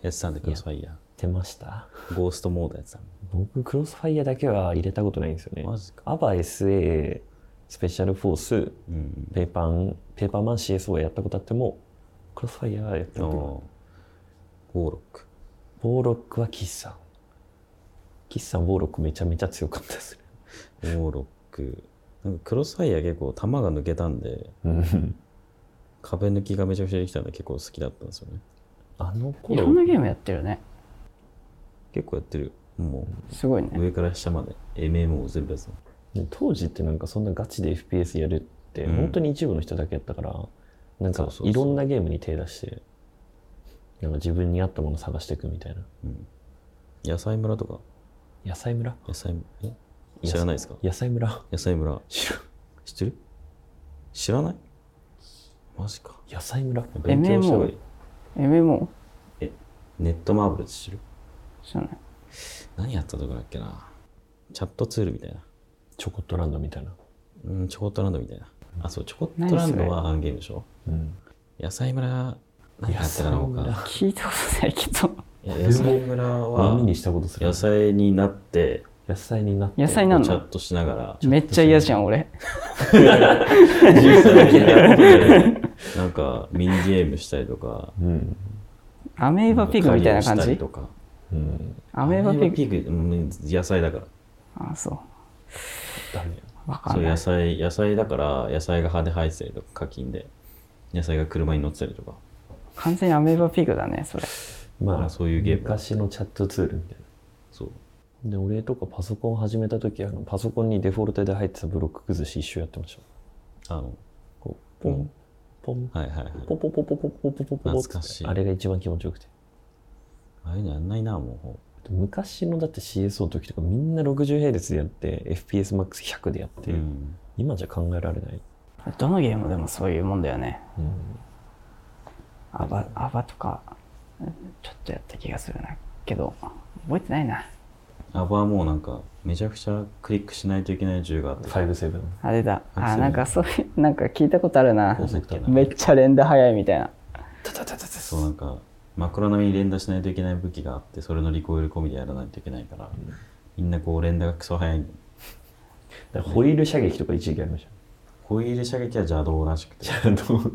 A: ーやってたんでクロスファイヤ
C: 出ました
A: ーゴーストモードやってたん
C: 僕クロスファイヤーだけは入れたことないんですよね
A: マジか
C: アバ SA スペシャルフォース
A: うん
C: ペーパンペーパーマン CSO はやったことあってもクロスファイヤーはやった
A: ああ
C: ことない
A: ゴーロック
C: ボーロックはキッサンキッサンボーロックめちゃめちゃ強かったですね
A: ゴーロックなんかクロスファイヤー結構弾が抜けたんで
C: うん
A: 壁抜きがめちゃくちゃできたんで結構好きだったんですよね
C: あの
B: いろんな
C: 頃
B: ゲームやってるね。
A: 結構やってるも
B: すごいうね。
A: 上から下まで MMO を全部やつ
C: 当時ってなんかそんなガチで FPS やるって
A: うん
C: 本当に一部の人だけやったから、なん
A: そ
C: か
A: うそうそう
C: いろんなゲームに手出してなんか自分に合ったもの探していくみたいな
A: 野菜村とか
C: 野菜村
A: 野菜え知らないですか
C: 野菜村
A: 野菜村
C: 知ら
A: 知ってる知らないマジか
C: 野菜村
A: 勉強した方がいい
B: MMO?
A: えネットマーブルって知ってる
B: 知らない。
A: 何やったとこだっけなチャットツールみたいな
C: チョコットランドみたいな、
A: うんチョコットランドみたいなあそうチョコットランドはアンゲームでしょ
C: うん、
A: 野菜村何やってたの
C: 野
A: か
B: 聞いたことないけど。 <laughs>
A: いや野菜村
C: 耳
A: は
C: にしたことする
A: 野菜になって
C: 野菜になって
B: 野菜
A: チ
B: な
A: ャ
B: の
A: ットしながら
B: めっちゃ嫌じゃん、俺。
A: 実際にやってなんかミニゲームしたりとか
C: うん、
B: アメーバピグみたいな感
A: 狩りを
B: じ
A: したりとか
C: うん、
B: アメーバピグ
A: ピグうん野菜だから
B: あ、そう。
C: ダメ
B: わか
A: そうん
B: な
A: 野
B: い。
A: 菜野菜だから野菜が葉で生えてたりとか課金で野菜が車に乗ってたりとか
B: 完全にアメーバピグだね、それ。
A: ま
C: ま
A: あ
C: あ
A: そういうゲーム
C: 昔のチャットツールみたいな
A: そう
C: で俺とかパソコン始めた時あのパソコンにデフォルトで入ってたブロック崩し一周やってました
A: あの
C: こうポンポン
A: はいはいはい
C: ポポポポポポポポポポ
A: 懐かしい
C: あれが一番気持ちよくて
A: ああいうのやんないなも
C: 昔のだって CSO の時とかみんな60並列でやって FPS MAX100 でやっ
A: う、
C: て、
A: うん、
C: 今じゃ考えられない
B: どのゲームでもそういうもんだよね
C: うん
B: アバアバとかちょっとやった気がするなけど覚えてないな
A: アバはもうなんか、めちゃくちゃクリックしないといけない銃があって、
C: 57。
B: あれだ
A: あそ
B: あ
A: う
B: なんかそういうなんか聞いたことあるな
A: 高速だな
B: めっちゃ連打早いみたいな
C: たたたたた
A: そうなんか、枕並みに連打しないといけない武器があって、それのリコイル込みでやらないといけないから、みんなこう連打がクソ早い。
C: だからホイール射撃とか一時期ありまし
A: ホイール射撃は邪道らしくて、
C: た。あの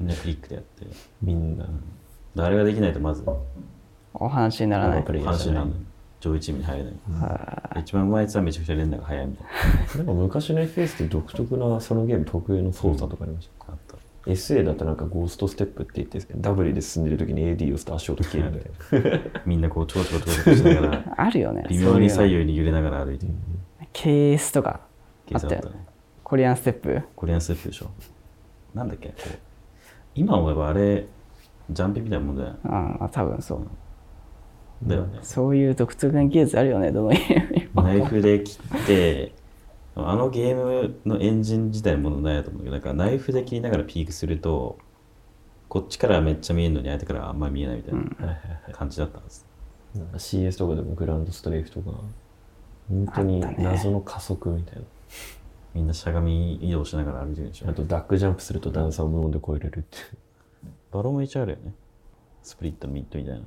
A: みんなクリックでやって。
C: みんな。
A: あれができないとまず、
B: お話にならな
C: わ
B: い
C: かる
A: 話にならない。上位チームに入れない。一番うまいやつはめちゃくちゃ連打が早いみたい
C: なんか昔の FS って独特なそのゲーム特有の操作とかありました。
A: な。あった。
C: SA だとなんかゴーストステップって言って、W で進んでる時に AD を押すと足音消えるみたいな。
A: みんなこう、ちょろちょろちょろちょろしながら、
B: あるよね
A: 微妙に
B: そういう
A: 左右に揺れながら歩いてる。
B: のケースとか
A: 計
B: あっ
A: 算
B: た
A: だ
B: よ
A: った
B: ね
A: ね。
B: コリアンステップ
A: コリアンスープでしょ。なんだっけこう今思えばあれ、ジャンピみたいなもんだよ
B: ああ多分そう
A: だよね。
B: そういう独特な技術あるよねどのゲームにも
A: ナイフで切って、あのゲームのエンジン自体ものないと思うけど、だからナイフで切りながらピークすると、こっちからめっちゃ見えるのに相手からあんま見えないみたいな感じだったんです。
C: なんか CS とかでもグランドストレイフとか、本当に
B: あったね
C: 謎の加速みたいな。
A: みんなしゃがみ移動しながら歩いてるでしょ
C: あ。とダックジャンプすると段差を無音で超えれるって。
A: バロも一応あるよね。スプリット、ミッドみたいな。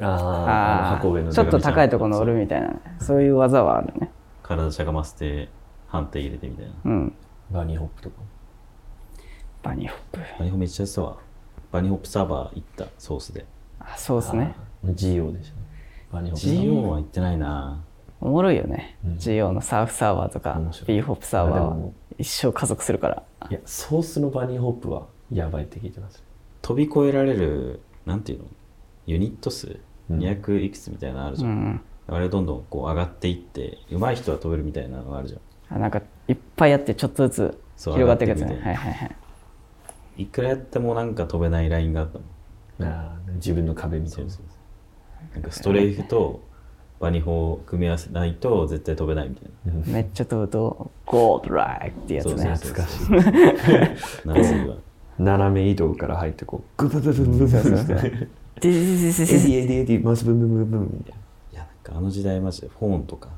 C: ああ、
B: ああ
C: 箱上の
B: ちょっと高いところ乗るみたいなねそういう技はあるね
A: 体しゃがませて、判定入れてみたいな。
B: うん
C: バニーホップとか。
B: バニーホップ
A: バニホめっちゃやってたわ。バニホップサーバー行った、ソースで。
B: あそうですね
C: GO でしたね。バニーホップ。
A: GO は行ってないな
B: おもろいよね、
C: うん
B: GO のサーフサーバーとか
C: 面白い
B: B ホップサーバー
C: あで
B: は
C: も
B: 一生加速するから
C: いや、ソースのバニーホップはやばいって聞いてます。
A: 飛び越えられる、なんていうのユニット数
C: うん
A: ?200 いくつみたいなのある
B: う
A: じゃん。
B: ん
A: あれどんどんこう上がっていって、上手い人は飛べるみたいなのがあるじゃん。
B: あなんかいっぱいやってちょっとずつ
A: そう
B: 広がっていくやつ
A: 上が
B: ねは
A: っ
B: いはいはい
A: いくらやってもなんか飛べないラインがあったもん。
C: ああ、自分の壁みた
A: そ
C: いうな。
A: そうそう。なんかストレイフとバニホを組み合わせないと絶対飛べないみたいな。
C: うん
B: めっちゃ飛ぶとゴードライってやつ
A: そ
B: ね
A: う
C: 懐かしい。
A: 夏には。
C: 斜め移動から入ってこう、グブブブブブブブって。
B: ででででで
C: エディエディエディ、マスブンブンブンブンみたい
A: いや、なんかあの時代マジでフォーンとか。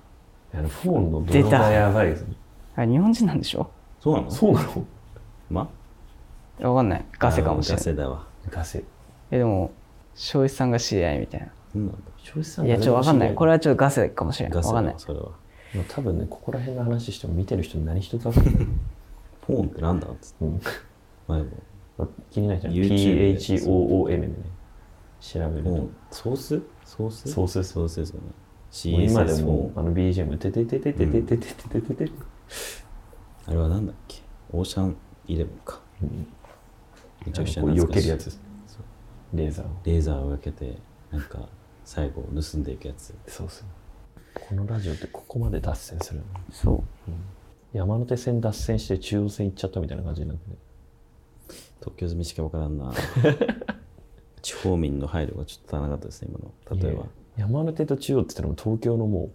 C: な。あのフォンの泥がやばいですね。
B: あ日本人なんでしょ
A: そうなの
C: そうなの
A: ま
B: わかんないガセかもしれ
A: ガ
B: ない
A: セだわ。
C: ガセ。
B: えでも庄司さんが知り合いみたいな
A: そうなんだ。
C: 庄司さん
B: いやちょっとわかんないこれ
C: は。
B: はちょっとガセかもしれない
A: ガセ
B: わ
A: だ
B: かんない
A: わ、それは。
C: もう多分ね、ここら辺の話しても見てる人何一つわかんない。
A: フォーンってなんだっつって。
C: うん
A: 前も。
C: 気になる人は
A: YouTube で
C: PHOOM ね。調べる
A: フォ
C: と
A: ン。ソースソース
C: ソース
A: ソースですよね。
C: もう
A: CS
C: 今
A: フ
C: で
A: ォ
C: も
A: ン。
C: あの BGM てててててててててててて
A: あれはなんだっけオーシャンイレブンか。めちゃくちゃ
C: こう避
A: 懐か
C: け
A: し
C: る
A: い
C: やつですレーザーを
A: レーザーを受けて、なんか最後盗んでいくやつ。
C: そうそうこのラジオってここまで脱線するの
B: そう
C: 山手線脱線して中央線行っちゃったみたいな感じになってね
A: 特許済みしかわからんな。地方民の配慮がちょっと足らなかったですね、今の。例えば。
C: 山手と中央って言ったらもう東京のもう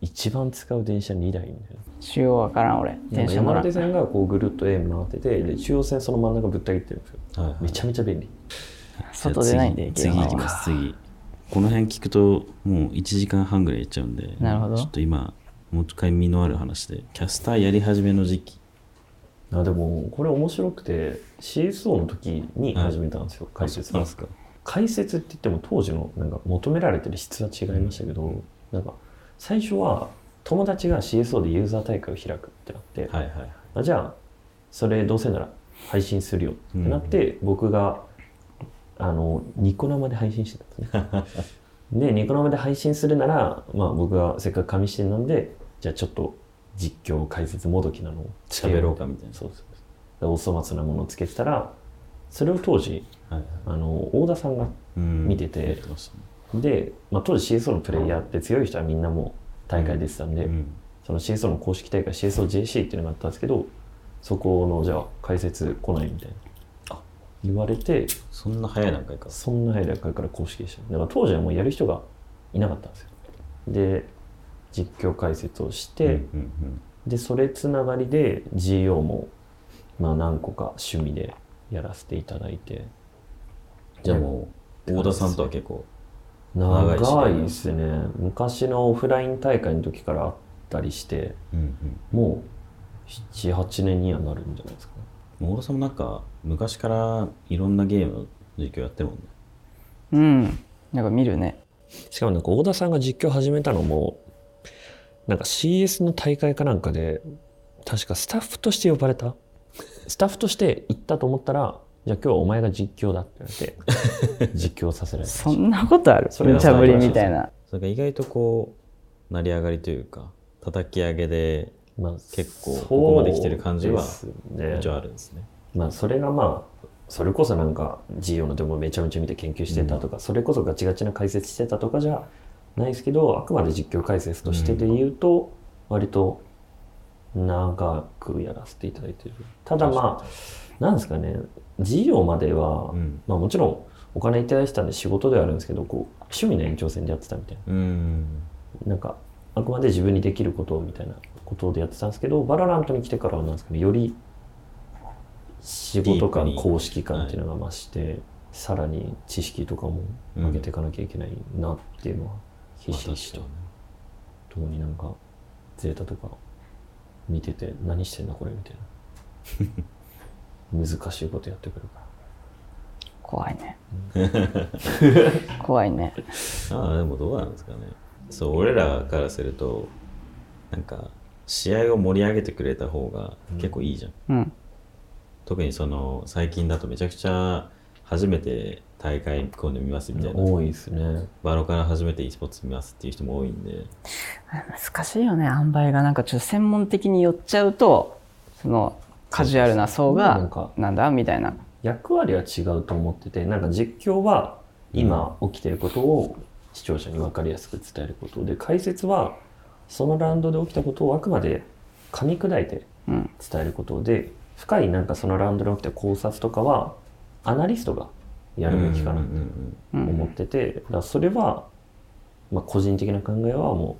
C: 一番使う電車2台みたいな
B: 主要わからん俺電車乗
C: 山
B: ら
C: 手
B: ん
C: 線がこうぐるっと円回っててで中央線その真ん中ぶった切ってるんですよ
A: はいはい
C: めちゃめちゃ便利
B: 外出ないんで
A: じゃあ次次行きます次この辺聞くともう1時間半ぐらいいっちゃうんで
B: なるほど
A: ちょっと今もう一回身のある話でキャスターやり始めの時期
C: あでもこれ面白くて CSO の時に始めたんですよ、解説
A: なんですか
C: 解説って言っても当時のなんか求められてる質は違いましたけど、なんか最初は友達が CSO でユーザー大会を開くってなっ
A: は
C: て、
A: いはいはい
C: あじゃあそれどうせなら配信するよってなって、僕があのニコ生で配信してたん
A: <laughs>
C: ですねでニコ生で配信するなら、まあ、僕がせっかく紙してなんでじゃあちょっと実況解説もどきなのをつけよ
A: 喋ろうかみたいな
C: そうそうそうでお粗末なものをつけてたらそれを当時
A: はいはい
C: あの大田さんが
A: うん
C: 見てて
A: やってましたね
C: で、まあ、当時 CSO のプレイヤーって強い人はみんなもう大会出てたんで、
A: うん
C: その CSO の公式大会 CSOJC っていうのがあったんですけどそこのじゃあ解説来ないみたいな言われて
A: そんな早い段階か
C: そんな早い段階から公式でしただから当時はもうやる人がいなかったんですよで実況解説をして、
A: うんうんうん
C: でそれつながりで GO もまあ何個か趣味でやらせていただいて。
A: じゃあもう、大田さんとは結構、長いし
C: 長いですね。昔のオフライン大会の時からあったりして、
A: うんうん
C: もう7、8年にはなるんじゃないですかね。
A: もう大田さんもなんか、昔からいろんなゲームの実況やってるもんね。
B: うん。なんか見るね。
C: しかもなんか、大田さんが実況始めたのも、なんか CS の大会かなんかで、確かスタッフとして呼ばれた。スタッフとして行ったと思ったら、じゃあ今日はお前が実況だって言われ <laughs> て、実況させられた。
B: そんなことある
C: それ
B: 無
C: は
B: 茶ぶりみたいな。
A: それが意外とこう、成り上がりというか、叩き上げで、
C: まあ、
A: 結構ここまで来てる感じは
C: そうです
A: 一
C: ね
A: 応あるんですね。
C: まあ、それがまあ、それこそなんか、GO のデモめちゃめちゃ見て研究してたとか、それこそガチガチな解説してたとかじゃないですけど、あくまで実況解説としてで言うと、割と長くやらせていただいてる。ただまあ、なんですかね、GO までは、
A: うん。
C: まあもちろんお金いただいてたんで仕事ではあるんですけど、こう、趣味の延長線でやってたみたいな。
A: うん。
C: なんかあくまで自分にできることをみたいなことでやってたんですけどバララントに来てからはなんですけどより仕事
A: ディープ
C: 感
A: に
C: 公式感っていうのが増して、さらに知識とかも上げていかなきゃいけないなっていうのはひしひしと
A: まあ確か
C: ともになんかゼータとか見てて何してんだこれみ
A: <laughs>
C: たいな難しいことやってくるから
B: 怖いね。
A: <laughs>
B: 怖いね。
A: ああでもどうなんですかねそう俺らからするとなんか試合を盛り上げてくれた方が結構いいじゃん、
B: うん。
A: 特にその最近だとめちゃくちゃ初めて大会今度見ますみたいな、
C: 多いですね
A: バロから初めて e スポーツ見ますっていう人も多いんで
B: 難しいよね、塩梅が。なんかちょっと専門的に寄っちゃうと、そのカジュアルな層
C: そうなん
B: が
C: か、
B: なんだみたいな。
C: 役割は違うと思っててなんか実況は今起きてることを視聴者に分かりやすく伝えることで解説はそのラウンドで起きたことをあくまで噛み砕いて
B: うん。
C: 伝えることで深いなんかそのラウンドで起きた考察とかはアナリストがやるべきかな
A: うん
C: と
A: うんうん
B: う
C: 思っ
B: ん。
C: ててだからそれは、まあ、個人的な考えはも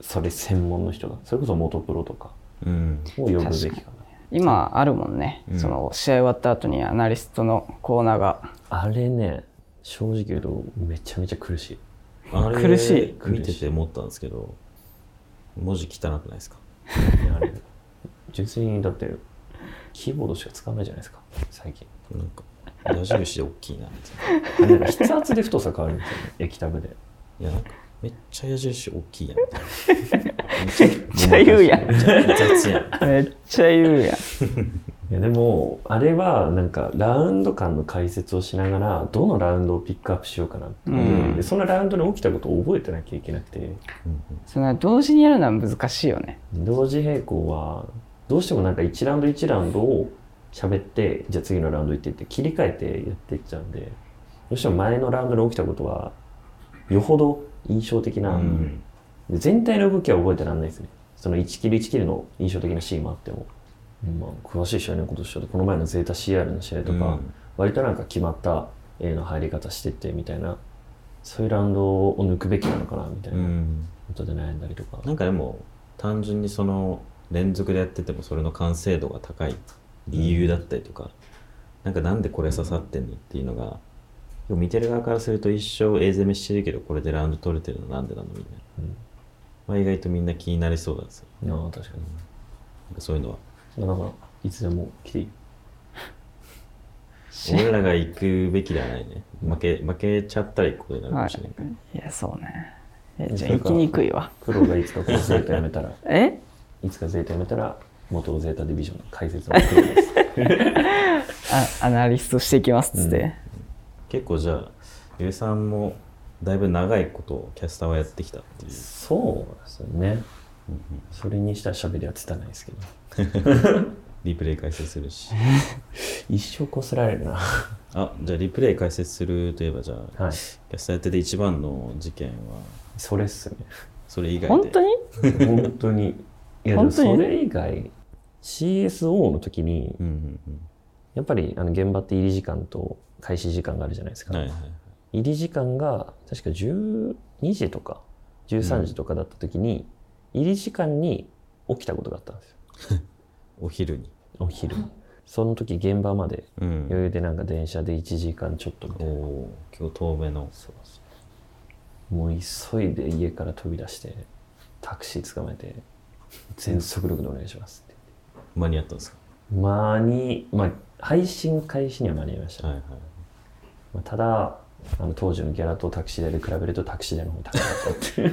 C: うそれ専門の人がそれこそ元プロとか
A: うんうん
C: を呼ぶべきかな。
B: 今あるもんね、
A: うん
B: その試合終わった後にアナリストのコーナーが。
C: あれね正直言うとめちゃめちゃ苦しい。
A: あれ
B: 苦しい
A: 見てて思ったんですけど文字汚くないですか
C: いやあれ純粋にだってキーボードしか使わないじゃないですか最近
A: なんか矢印で大きいなみたいな
C: あれなんか筆圧で太さ変わるんですよね液タブで
A: いやなんかめっちゃ矢印大きいやんみたいなめ
B: <laughs> めっちゃ言うやん。
A: めっちゃ雑やん
B: <laughs> めっちゃ言うやん。
C: いやでもあれはなんかラウンド間の解説をしながらどのラウンドをピックアップしようかなって、
B: うん
C: でそのラウンドに起きたことを覚えてなきゃいけなくて
A: うん
B: その同時にやるのは難しいよね。
C: 同時並行はどうしてもなんか1ラウンド1ラウンドを喋ってじゃあ次のラウンド行ってって切り替えてやっていっちゃうんでどうしても前のラウンドで起きたことはよほど印象的
A: う
C: な、
A: ん
C: で全体の動きは覚えてらんないですね。その1キル1キルの印象的なシーンもあっても。まあ、詳しい試合のことしようと、この前のゼータ CR の試合とか、
A: うん
C: 割となんか決まった A の入り方してってみたいな、そういうラウンドを抜くべきなのかなみたいうなんことで悩んだりとか。
A: なんかでも単純にその連続でやっててもそれの完成度が高い理由だったりとか、なんかなんでこれ刺さってんのっていうのがでも見てる側からすると一生 A 攻めしてるけどこれでラウンド取れてるのなんでなのみたいな、
C: うん
A: まあ、意外とみんな気になりそうなんですよ
C: ああ、確か
A: なんかそういうのは
C: に。だから、いつでも来ていい。
A: 俺らが行くべきではないね負け負けちゃったら行くことになるか
B: は
A: もしれないから、
B: い。いや、そうね。えじゃあ行きにくいわ。
C: プロがいつかこのゼータやめたら、 <laughs>
B: え
C: いつかゼータやめたら、元ゼータディビジョンの解説をしてくれます。
B: あアナリストしていきますっつって。
A: 結構じゃあゆうさんもだいぶ長いことをキャスターはやってきたっていう
C: そうですよね。それにしたら喋りはつたないですけど。
A: リプレイ解説する <laughs> し
C: 一生こすられるな。
A: あじゃあリプレイ解説するといえばじゃあ、
C: <laughs> は
A: キャ
C: い。
A: スターやってて一番の事件は
C: それっすね。
A: それ以外で
B: 本当
C: <laughs>
B: に
C: 本当に。いや、でも
B: 本当
C: そ
B: に
C: れ以外、CSO の時に
A: う、んうん
C: やっぱりあの現場って入り時間と開始時間があるじゃないです
A: うん
C: か。
A: はいはいはい
C: 入り時間が確か12時とか13時とかだった時に、入り時間に起きたことがあったんですよ。
A: お昼に
C: お昼。その時現場まで
A: うん
C: 余裕でなんか電車で1時間ちょっとみたいな
A: おー今日遠目の
C: そうそうもう急いで家から飛び出してタクシー捕まえて全速力でお願いしますって
A: 間に合ったんです
C: 間にまあ配信開始には間に合いました、
A: かはいはい
C: まあ、ただあの当時のギャラとタクシー代で比べるとタクシー代の方が高かったっていう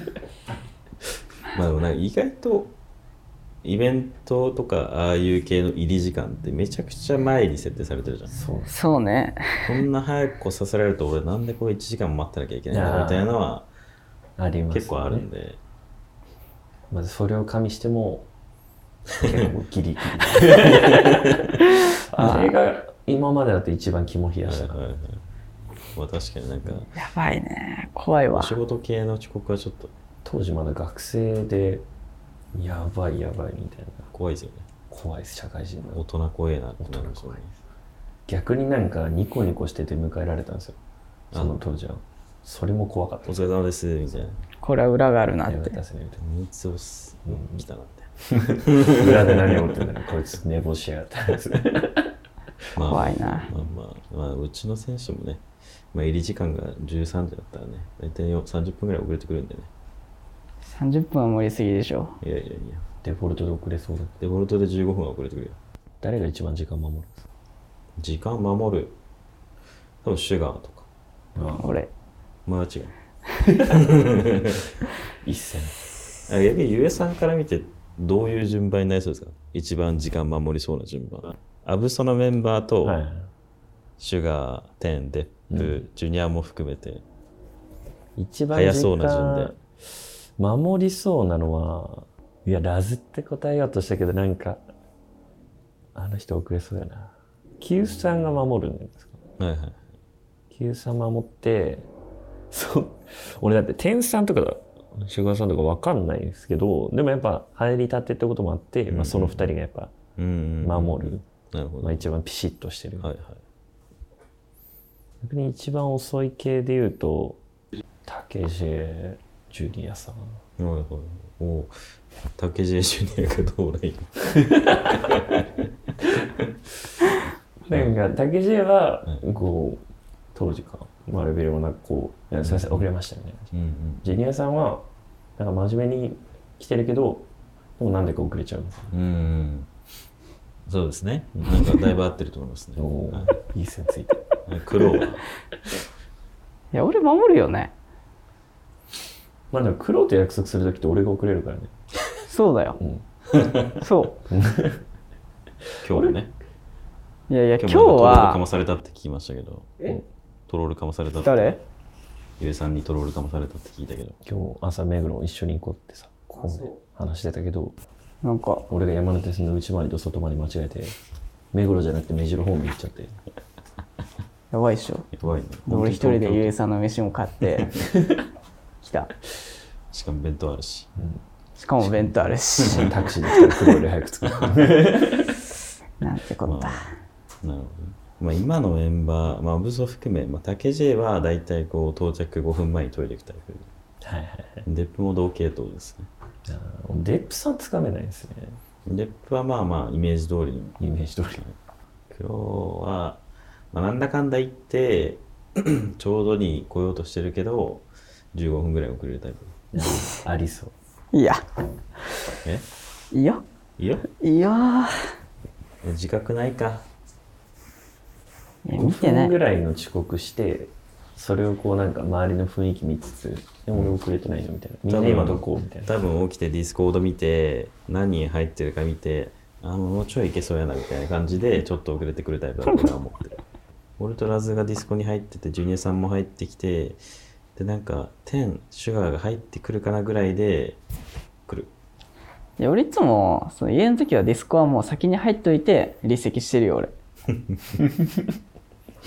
A: まあでもなんか意外とイベントとかああいう系の入り時間ってめちゃくちゃ前に設定されてるじゃん
C: そう
B: そうね。
A: こんな早く来させられると俺なんでこれ1時間待ってなきゃいけないんだみたいなのは
C: あります、ね、
A: 結構あるんで
C: まずそれを加味しても結構ギリギリ <laughs> あれが今までだと一番肝冷やしたか
A: はい
C: ら
A: はいはいまあ確かになんか
B: やばいね。怖いわ
A: お。仕事系の遅刻はちょっと
C: 当時まだ学生でやばいやばいみたいな
A: 怖いですよね
C: 怖いです社会人
A: 大
C: の
A: 人怖えなってなる
C: 大
A: ん
C: 人
A: ですよ
C: 怖い
A: ね
C: 逆になんかニコニコしてて迎えられたんですよその当時はそれも怖かった
A: お疲れ様ですみたいな
B: これは裏があるなっ
C: やめ
B: て。
C: たせねみたい
A: ニーツオス
C: うん
A: 来たなって
C: な裏で何を思ってんだろうこいつ寝坊しやがったやつ
A: まあ
B: 怖いな。
A: まあまあ、まあ、うちの選手もね、まあ、入り時間が13時だったらね、大体よ30分ぐらい遅れてくるんでね。
B: 30分は無理すぎでしょ。
A: いやいやいや、
C: <laughs> デフォルトで遅れそうだ
A: デフォルトで15分は遅れてくるよ。
C: 誰が一番時間守るんですか
A: 時間守る。多分シュガーとか、
B: 俺。
A: マーチが。
C: 一戦
A: あ逆にゆえさんから見て、どういう順番になりそうですか一番時間守りそうな順番。アブソのメンバーと、
C: はい
A: シュガー、テン、デップ、ジュニアも含めて、
C: 一番
A: 早そうな順
C: 時間守りそうなのはいやラズって答えようとしたけどなんかあの人遅れそうやなキウさんが守るんです
A: は
C: か
A: いはい。
C: キウさん守ってそう俺だって天さんとかシュガーさんとかわかんないですけどでもやっぱ入りたてってこともあって、まあ、その二人がやっぱ
A: うんうん、
C: 守る、
A: なるほど。
C: まあ、
A: はい
C: 一番ピシッとしてる、
A: はい。
C: 逆に一番遅い系で言うとたけしジュニアさん
A: なるほど。おう竹地ジュニアがどうだいい
C: なんか、たけしは、こう、当時か、まあ、レベルもなく、こう、いやすみません、遅れましたよね。
A: うんうん
C: ジュニアさんは、なんか真面目に来てるけど、でもなんでか遅れちゃうんですよ。
A: うんそうですね。なんかだいぶ合ってると思いますね。
C: お
A: は
C: ーいい線ついてる。
A: い黒は。
B: いや、俺守るよね。
C: まあでも、苦労と約束するときって俺が遅れるからね。
B: そうだよ
C: う。ん。
B: そ <laughs>
A: 今日もね。
B: う。いやいや、今日
A: なんかトロールかま
B: は、
A: されたって聞きましたけど。
B: え
A: トロールかまされたって。
B: 誰
A: ゆえさんにトロールかまされたって聞いたけど。
C: 今日、朝、目黒一緒に行こうってさ、こ
B: そう
C: う話してたけど、
B: なんか、
C: 俺が山手線の内回りと外回り間違えて、目黒じゃなくて目白方面行っちゃって。
B: やばいっしょ。
A: 怖いね。
B: で俺一人でゆえさんの飯も買 <laughs> って、来た。
A: しかも弁当あるし。
B: しかも弁当ある <laughs> し。
C: タクシーで来たら黒より早
B: <laughs>
C: く着く。
B: なんてこ
A: ま
B: った。
A: あ、なるほどね。まあ今のメンバー、まあ、アブソ含め、まあ、竹地はだいたいこう到着5分前にトイレ行くタイプ。
C: はいはい。
A: デップも同系統ですね。
C: あーデップさんつかめないですね
A: デップはまあまあイメージ通りの
C: イメージ通り
A: 今日は、まあ、なんだかんだ言って <clears throat> ちょうどに来ようとしてるけど15分ぐらい遅れるタイプ
C: ありそう
B: いや、
A: え
B: いや、
A: いいよ
B: いやー。
A: 自覚ないか
B: いや
C: 5
B: <laughs> 見てな
C: 分ぐ
B: い。
C: らいの遅刻してそれをこうなんか周りの雰囲気見つつでも俺遅れてないよみたいなみんな今どこみたいな
A: 多分起きてディスコード見て何人入ってるか見てあもうちょいいけそうやなみたいな感じでちょっと遅れてくるタイプだと俺は思ってる俺とラズがディスコに入っててジュニアさんも入ってきてでなんか10シュガーが入ってくるかなぐらいで来る
B: いや俺いつも、その家の時はディスコはもう先に入っといて、離席してるよ、俺。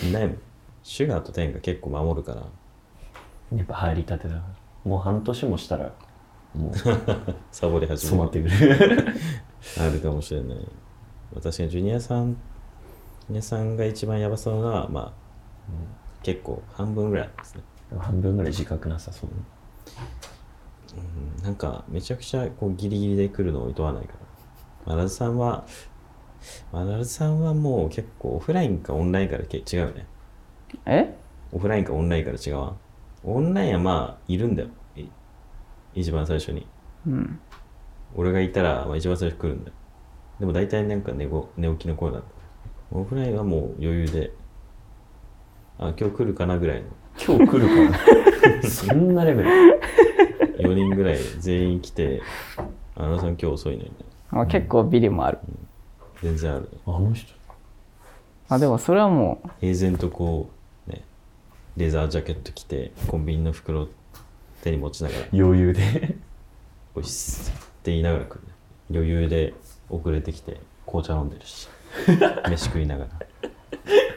A: いないもんシュガーとテンが結構守るから
C: やっぱ入りたてだからもう半年もしたらもう
A: サボり始め
C: 染ま
A: る
C: ってくる <laughs>
A: あるかもしれない私がジュニアさんジュニアさんが一番やばそうなのはまあ、結構半分ぐらいですね、
C: 半分ぐらい自覚なさそう
A: うん、なんかめちゃくちゃこうギリギリで来るのを厭わないからまあラズさんはマダルさんはもう結構オフラインかオンラインからけ違うよね。
B: え
A: オフラインかオンラインから違うわ。オンラインはまあ、いるんだよ。い一番最初に。
B: うん。
A: 俺がいたら、まあ、一番最初来るんだよ。でも大体なんか寝ご寝起きの声なんだ。オフラインはもう余裕で、あ、今日来るかなぐらいの。
C: 今日来るから。 <laughs> そんなレベル。
A: 4人ぐらい全員来て、 <laughs> あのさん今日遅いねみたいな。
B: まあ、結構ビリもある。
A: 全然ある。
C: あの人。
B: まあでもそれはも
A: 平然とこう、ね、レザージャケット着て、コンビニの袋手に持ちながら、
C: 余裕で。
A: おいっすって言いながら来るね。余裕で遅れてきて、紅茶飲んでるし、飯食いながら。
B: う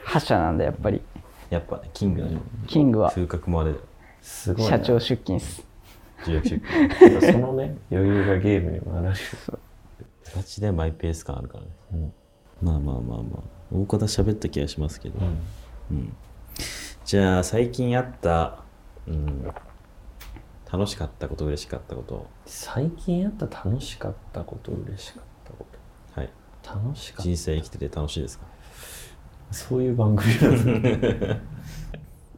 B: 覇者なんだやっぱり。
A: やっぱね、キングだね。
B: キングは
A: 風格もあれだよ。
C: すごいな。
B: 社長出勤っす。
A: 重役職。
C: そのね、余裕がゲームにもなる。
A: ガチでマイペース感あるからね。
C: うん。
A: まあまあまあまあ。大方喋った気がしますけど。
C: うん。
A: うん、じゃあ最近あった、うん、楽しかったこと嬉しかったこと
C: 最近やった楽しかったこと、嬉しかったこ
A: はい
C: と。楽しかっ
A: 人生生きてて楽しいですか
C: た。そういう番組なんだ。 <laughs>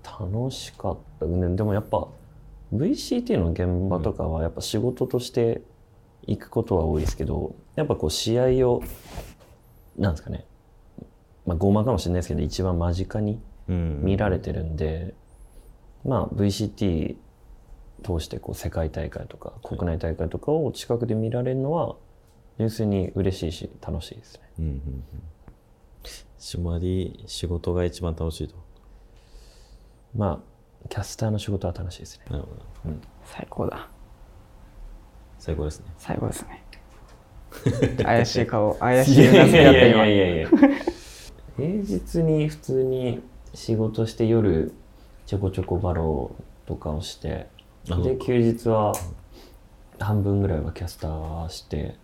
C: 楽しかった。ねでもやっぱ、VCT の現場とかはやっぱ仕事として行くことは多いですけど、やっぱこう試合を、なんですかね、まあ傲慢かもしれないですけど、一番間近に
A: うん
C: 見られてるんで、まあ、VCT 通してこう世界大会とか国内大会とかを近くで見られるのは純粋に嬉しいし楽しいですね。
A: うんうんうんつまり仕事が一番楽しいと
C: まあキャスターの仕事は楽しいですね。
A: なるほど
B: 最高だ。
A: 最高ですね
B: 最高ですね。 <laughs> 怪しい顔、怪しいなってやった今。
C: いや。平日に普通に仕事して夜ちょこちょこバローとかをして
A: あそ
C: で
A: う
C: 休日は半分ぐらいはキャスターして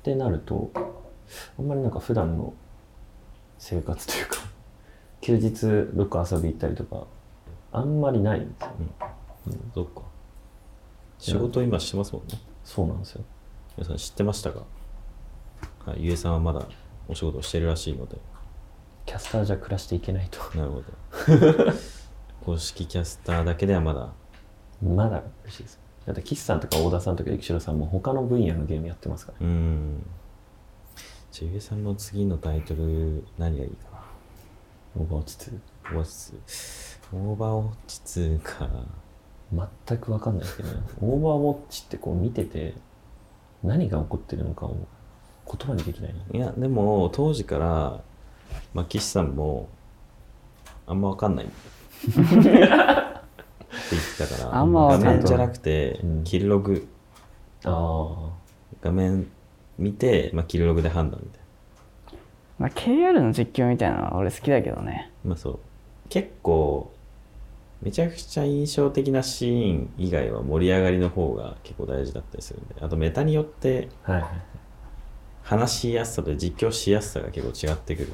C: ってなるとあんまりなんか普段の生活というか休日どっか遊び行ったりとかあんまりないんですよね
A: そっか仕事今してますもんね
C: そうなんですよ
A: 皆さん知ってましたかはいゆえさんはまだお仕事をしてるらしいので
C: キャスターじゃ暮らしていけないと
A: なるほど公式キャスターだけではまだ
C: まだ嬉しいですだって岸さんとか大田さんとか幸四郎さんも他の分野のゲームやってますからね
A: うん。ちゆえさんの次のタイトル、何がいいかな。
C: オーバー落ちて
A: オーバーツー。オーバーウォッチ2か。
C: 全く分かんないですけどねオーバーウォッチってこう見てて何が起こってるのかを言葉にできない
A: いや、でも、当時から、まあ、岸さんも、あんまわかんない。って言ってたから、
B: あんま
A: 画
B: わかんない
A: 面じゃなくて
C: うん、
A: キルログ、
C: ああ
A: 画面見て、まあ、キルログで判断みたい
B: まあ、KR の実況みたいなのは俺好きだけどね。
A: な。まあ、そう。結構、めちゃくちゃ印象的なシーン以外は盛り上がりの方が結構大事だったりするんで、あとメタによって
C: はいはい
A: 話しやすさと実況しやすさが結構違ってくる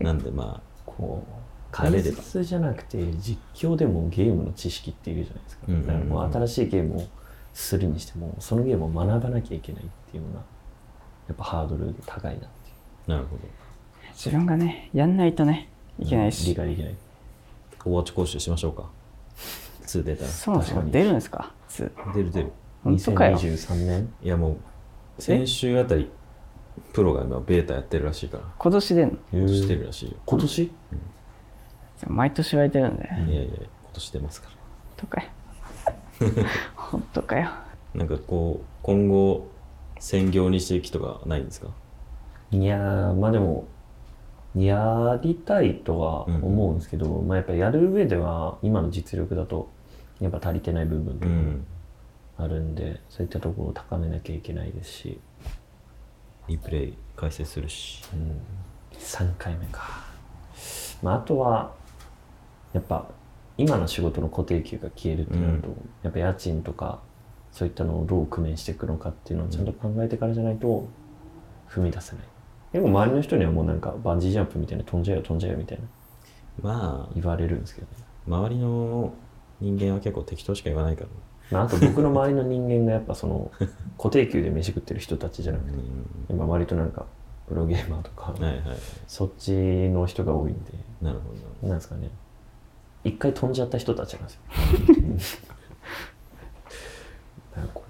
A: なんでま
C: こう
A: 慣れ
C: 解
A: れば
C: 説じゃなくて実況でもゲームの知識っているじゃないですか,、
A: うんうんうん
C: だからもう新しいゲームをするにしてもそのゲームを学ばなきゃいけないっていうのがやっぱハードル高いなっていう
A: あなるほ
B: 自分がね、やんないとね、いけない
C: 理
B: し。
C: 解できない
A: どオーバーウォッチ講習しましょうか2出たら
B: そうなんですか
C: 確かに
B: 出るんですかつ
A: 出る出る
B: 本当かよ。
C: 2023年
A: いやもう先週あたりプロが今ベータやってるらしいから
B: 今年出んの
A: してるらしいよ
C: 今年
B: 毎年言われてるんで。
A: いやいや今年出ますから
B: とかよ。本当かよ。
A: なんかこう今後専業にしていくとかないんですか
C: いやーまあでもやりたいとは思うんですけど、まあやっぱやる上では今の実力だとやっぱ足りてない部分と
A: う
C: かも
A: ん
C: あるんで、そういったところを高めなきゃいけないですし、
A: リプレイ解説するし
C: うん、3回目か、まあ、あとはやっぱ今の仕事の固定給が消えるってなると、
A: う
C: やっぱ家賃とかそういったのをどう工面していくのかっていうのをちゃんと考えてからじゃないと踏み出せないでも周りの人にはもうなんかバンジージャンプみたいな飛んじゃえよ飛んじゃえよみたいな
A: まあ
C: 言われるんですけどね、
A: 周りの人間は結構適当しか言わないからね
C: まあ、あと僕
A: <laughs>
C: の周りの人間がやっぱその固定給で飯食ってる人たちじゃなくて
A: うん
C: 今割となんかプロゲーマーとか、
A: はいはい。
C: そっちの人が多いんで、
A: なるほど。
C: なんですかね、一回飛んじゃった人たちなんですよ。 <laughs> なんかこ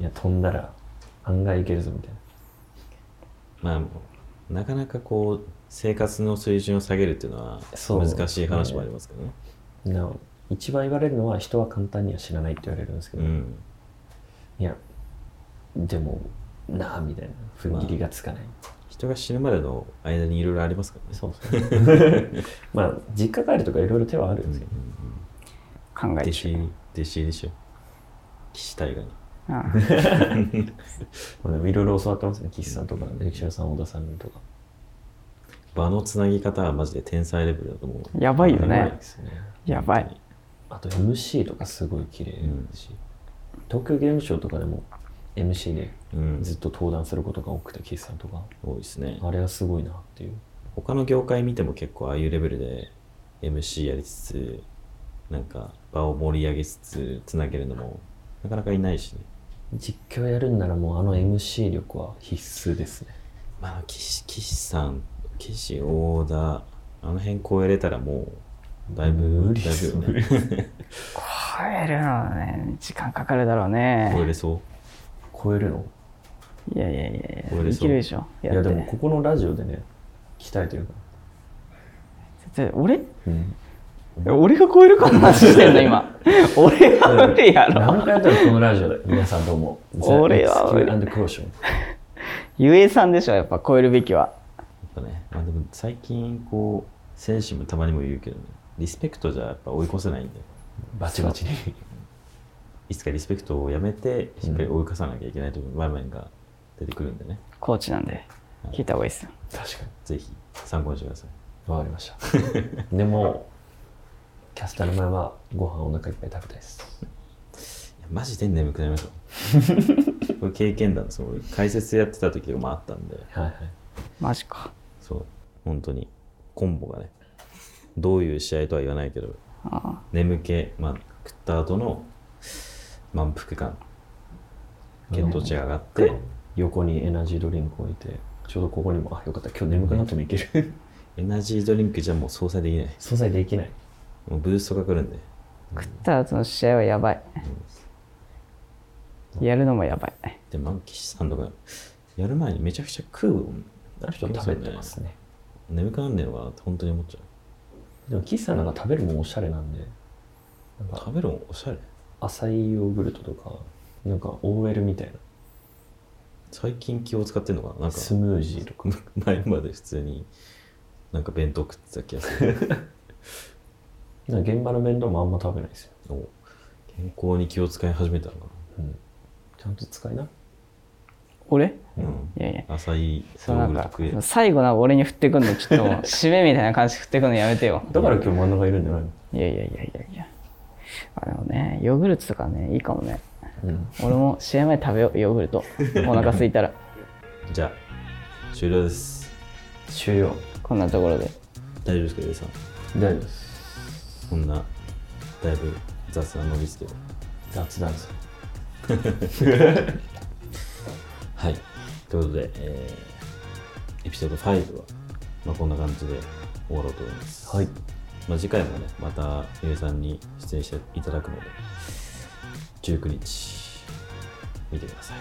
C: ういや、飛んだら案外いけるぞみたいな。
A: まあ、なかなかこう、生活の水準を下げるっていうのは
C: そうですね
A: 難しい話もありますけどね。
C: なお一番言われるのは人は簡単には知らないって言われるんですけ
A: う
C: ど、
A: ん。
C: いやでもなあみたいな踏ん切りがつかない、
A: 人が死ぬまでの間にいろいろありますからね。
C: そうそうまあ実家帰るとかいろいろ手はあるんですけど、
B: 考え
A: 弟
B: 中
A: 子、弟子でしょ。騎士大河に。
B: うん
C: まあ、でもいろいろ教わってますね岸さんとか歴史屋さん小田さんとか
A: 場のつなぎ方はマジで天才レベルだと思う。
B: やばいよ
A: やば
B: ね
A: で
C: ですすね
B: やばい
C: あと MC とかすごい綺麗だし、東京ゲームショウとかでも MC で
A: うん。
C: ずっと登壇することが多くて岸さんとか
A: 多いですね。
C: あれはすごいなっていう
A: 他の業界見ても結構ああいうレベルで MC やりつつなんか場を盛り上げつつつなげるのもなかなかいないしね
C: 実況やるんならもうあの MC 力は必須ですね
A: まあ岸岸さん岸大田あの辺超えれたらもうだいぶ
C: 無理
A: だいぶよね
C: 無理
B: 超えるのはね時間かかるだろう
A: 超え
B: ね
A: れそ
C: 超えるの
B: いやいやいや
A: 超え
B: いや
A: れ
B: い
A: そう
B: けるでしょ
C: い
B: や
C: や
B: って
C: でもここのラジオでね鍛えてるか
B: で俺
C: ら、
B: 俺が超えるかの話してんの今俺は無理 <laughs> やろ
C: 何回やったらこのラジオで皆さんどうも
B: 俺は
C: 俺アンドクローション
B: ゆえさんでしょやっぱ超えるべきは
A: うやっぱねまあでも最近こう選手もたまにも言うけど、ね、リスペクトじゃやっぱ追い越せないんで
C: バチバチに
A: いつかリスペクトをやめてしっかり追い越さなきゃいけないという場面が出てくるんでね、
B: コーチなんで聞いた方がいいっすよ
C: 確か
A: ぜひ参考にしてください
C: にわかりました <laughs> でもキャスターの前はご飯お腹いっぱい食べたいです
A: いやマジで眠くなりましたこれ経験談です俺解説やってた時もあったんで
C: はいはい
B: マジか
A: そう本当にコンボがねどういう試合とは言わないけど
B: あ
A: 眠気、まあ、食った後の満腹感血糖値が上がって
C: 横にエナジードリンク置いてちょうどここにもあよかった今日眠くなってもいける
A: エナジードリンクじゃもう相殺できない
C: 素材できない
A: もうブーストが来るんで
B: あ食った後の試合はやばいやるのもやばい
A: でマンキシさんとかやる前にめちゃくちゃ食うもん
C: あの人食べてますね
A: 眠くなんねえわって本当に思っちゃう
C: でも岸さんなんか食べるもんおしゃれなんでなんか
A: 食べるもんおしゃれ
C: 浅いヨーグルトとかなんか OL みたいな
A: 最近気を使ってんのかななんか
C: スムージーとか
A: 前まで普通になんか弁当食ってた気がする
C: なんか現場の面倒もあんま食べないですよ、
A: お健康に気を使い始めたのか
C: うん、ちゃんと使いな
B: 俺い
A: なうん
B: やいや
A: 浅い
B: <laughs> そ
A: ヨ
B: うな
A: ー
B: ん
A: グルト食
B: か
A: え
B: 最後な俺に振ってくんのちょっ <laughs> ともう締めみたいな感じで振ってくんのやめてよ
C: だから今日真ん中いるんじゃないの、
B: いやいやいやいやいやあでもねヨーグルトとかねいいかもね
C: うん、
B: 俺も試合前食べようヨーグルトお腹空いた <laughs> ら
A: じゃあ終了です
C: 終了
B: こんなところで
A: 大丈夫ですかゆうさん
C: 大丈夫です
A: こんなだいぶ雑なノリですけど
C: 雑談です
A: はいということで、えーエピソード5は、まあ、こんな感じで終わろうと思います
C: はい
A: まあ、次回もね、またゆうさんに出演していただくので、19日、見てください。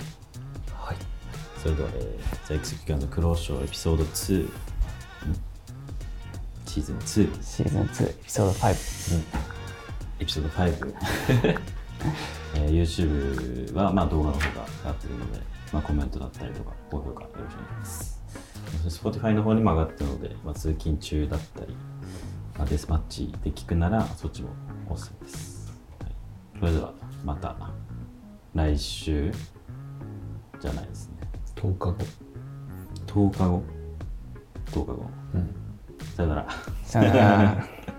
C: はい
A: それでは、えー、在籍期間の苦労賞エピソード2、シーズン2、
B: シーズン2エピソード5
A: エピソード5、えー、YouTube は、まあ、動画の方が上がってるので、まあ、コメントだったりとか、高評価よろしくお願いします。そして Spotify の方にも上がってるので、まあ、通勤中だったり、まあ、デスパッチで聞くならそっちもおすすめです、はい、それではまた来週じゃないですね
C: 10日後
A: 10日後10日後
C: うん
A: さよなら
B: <laughs> さよなら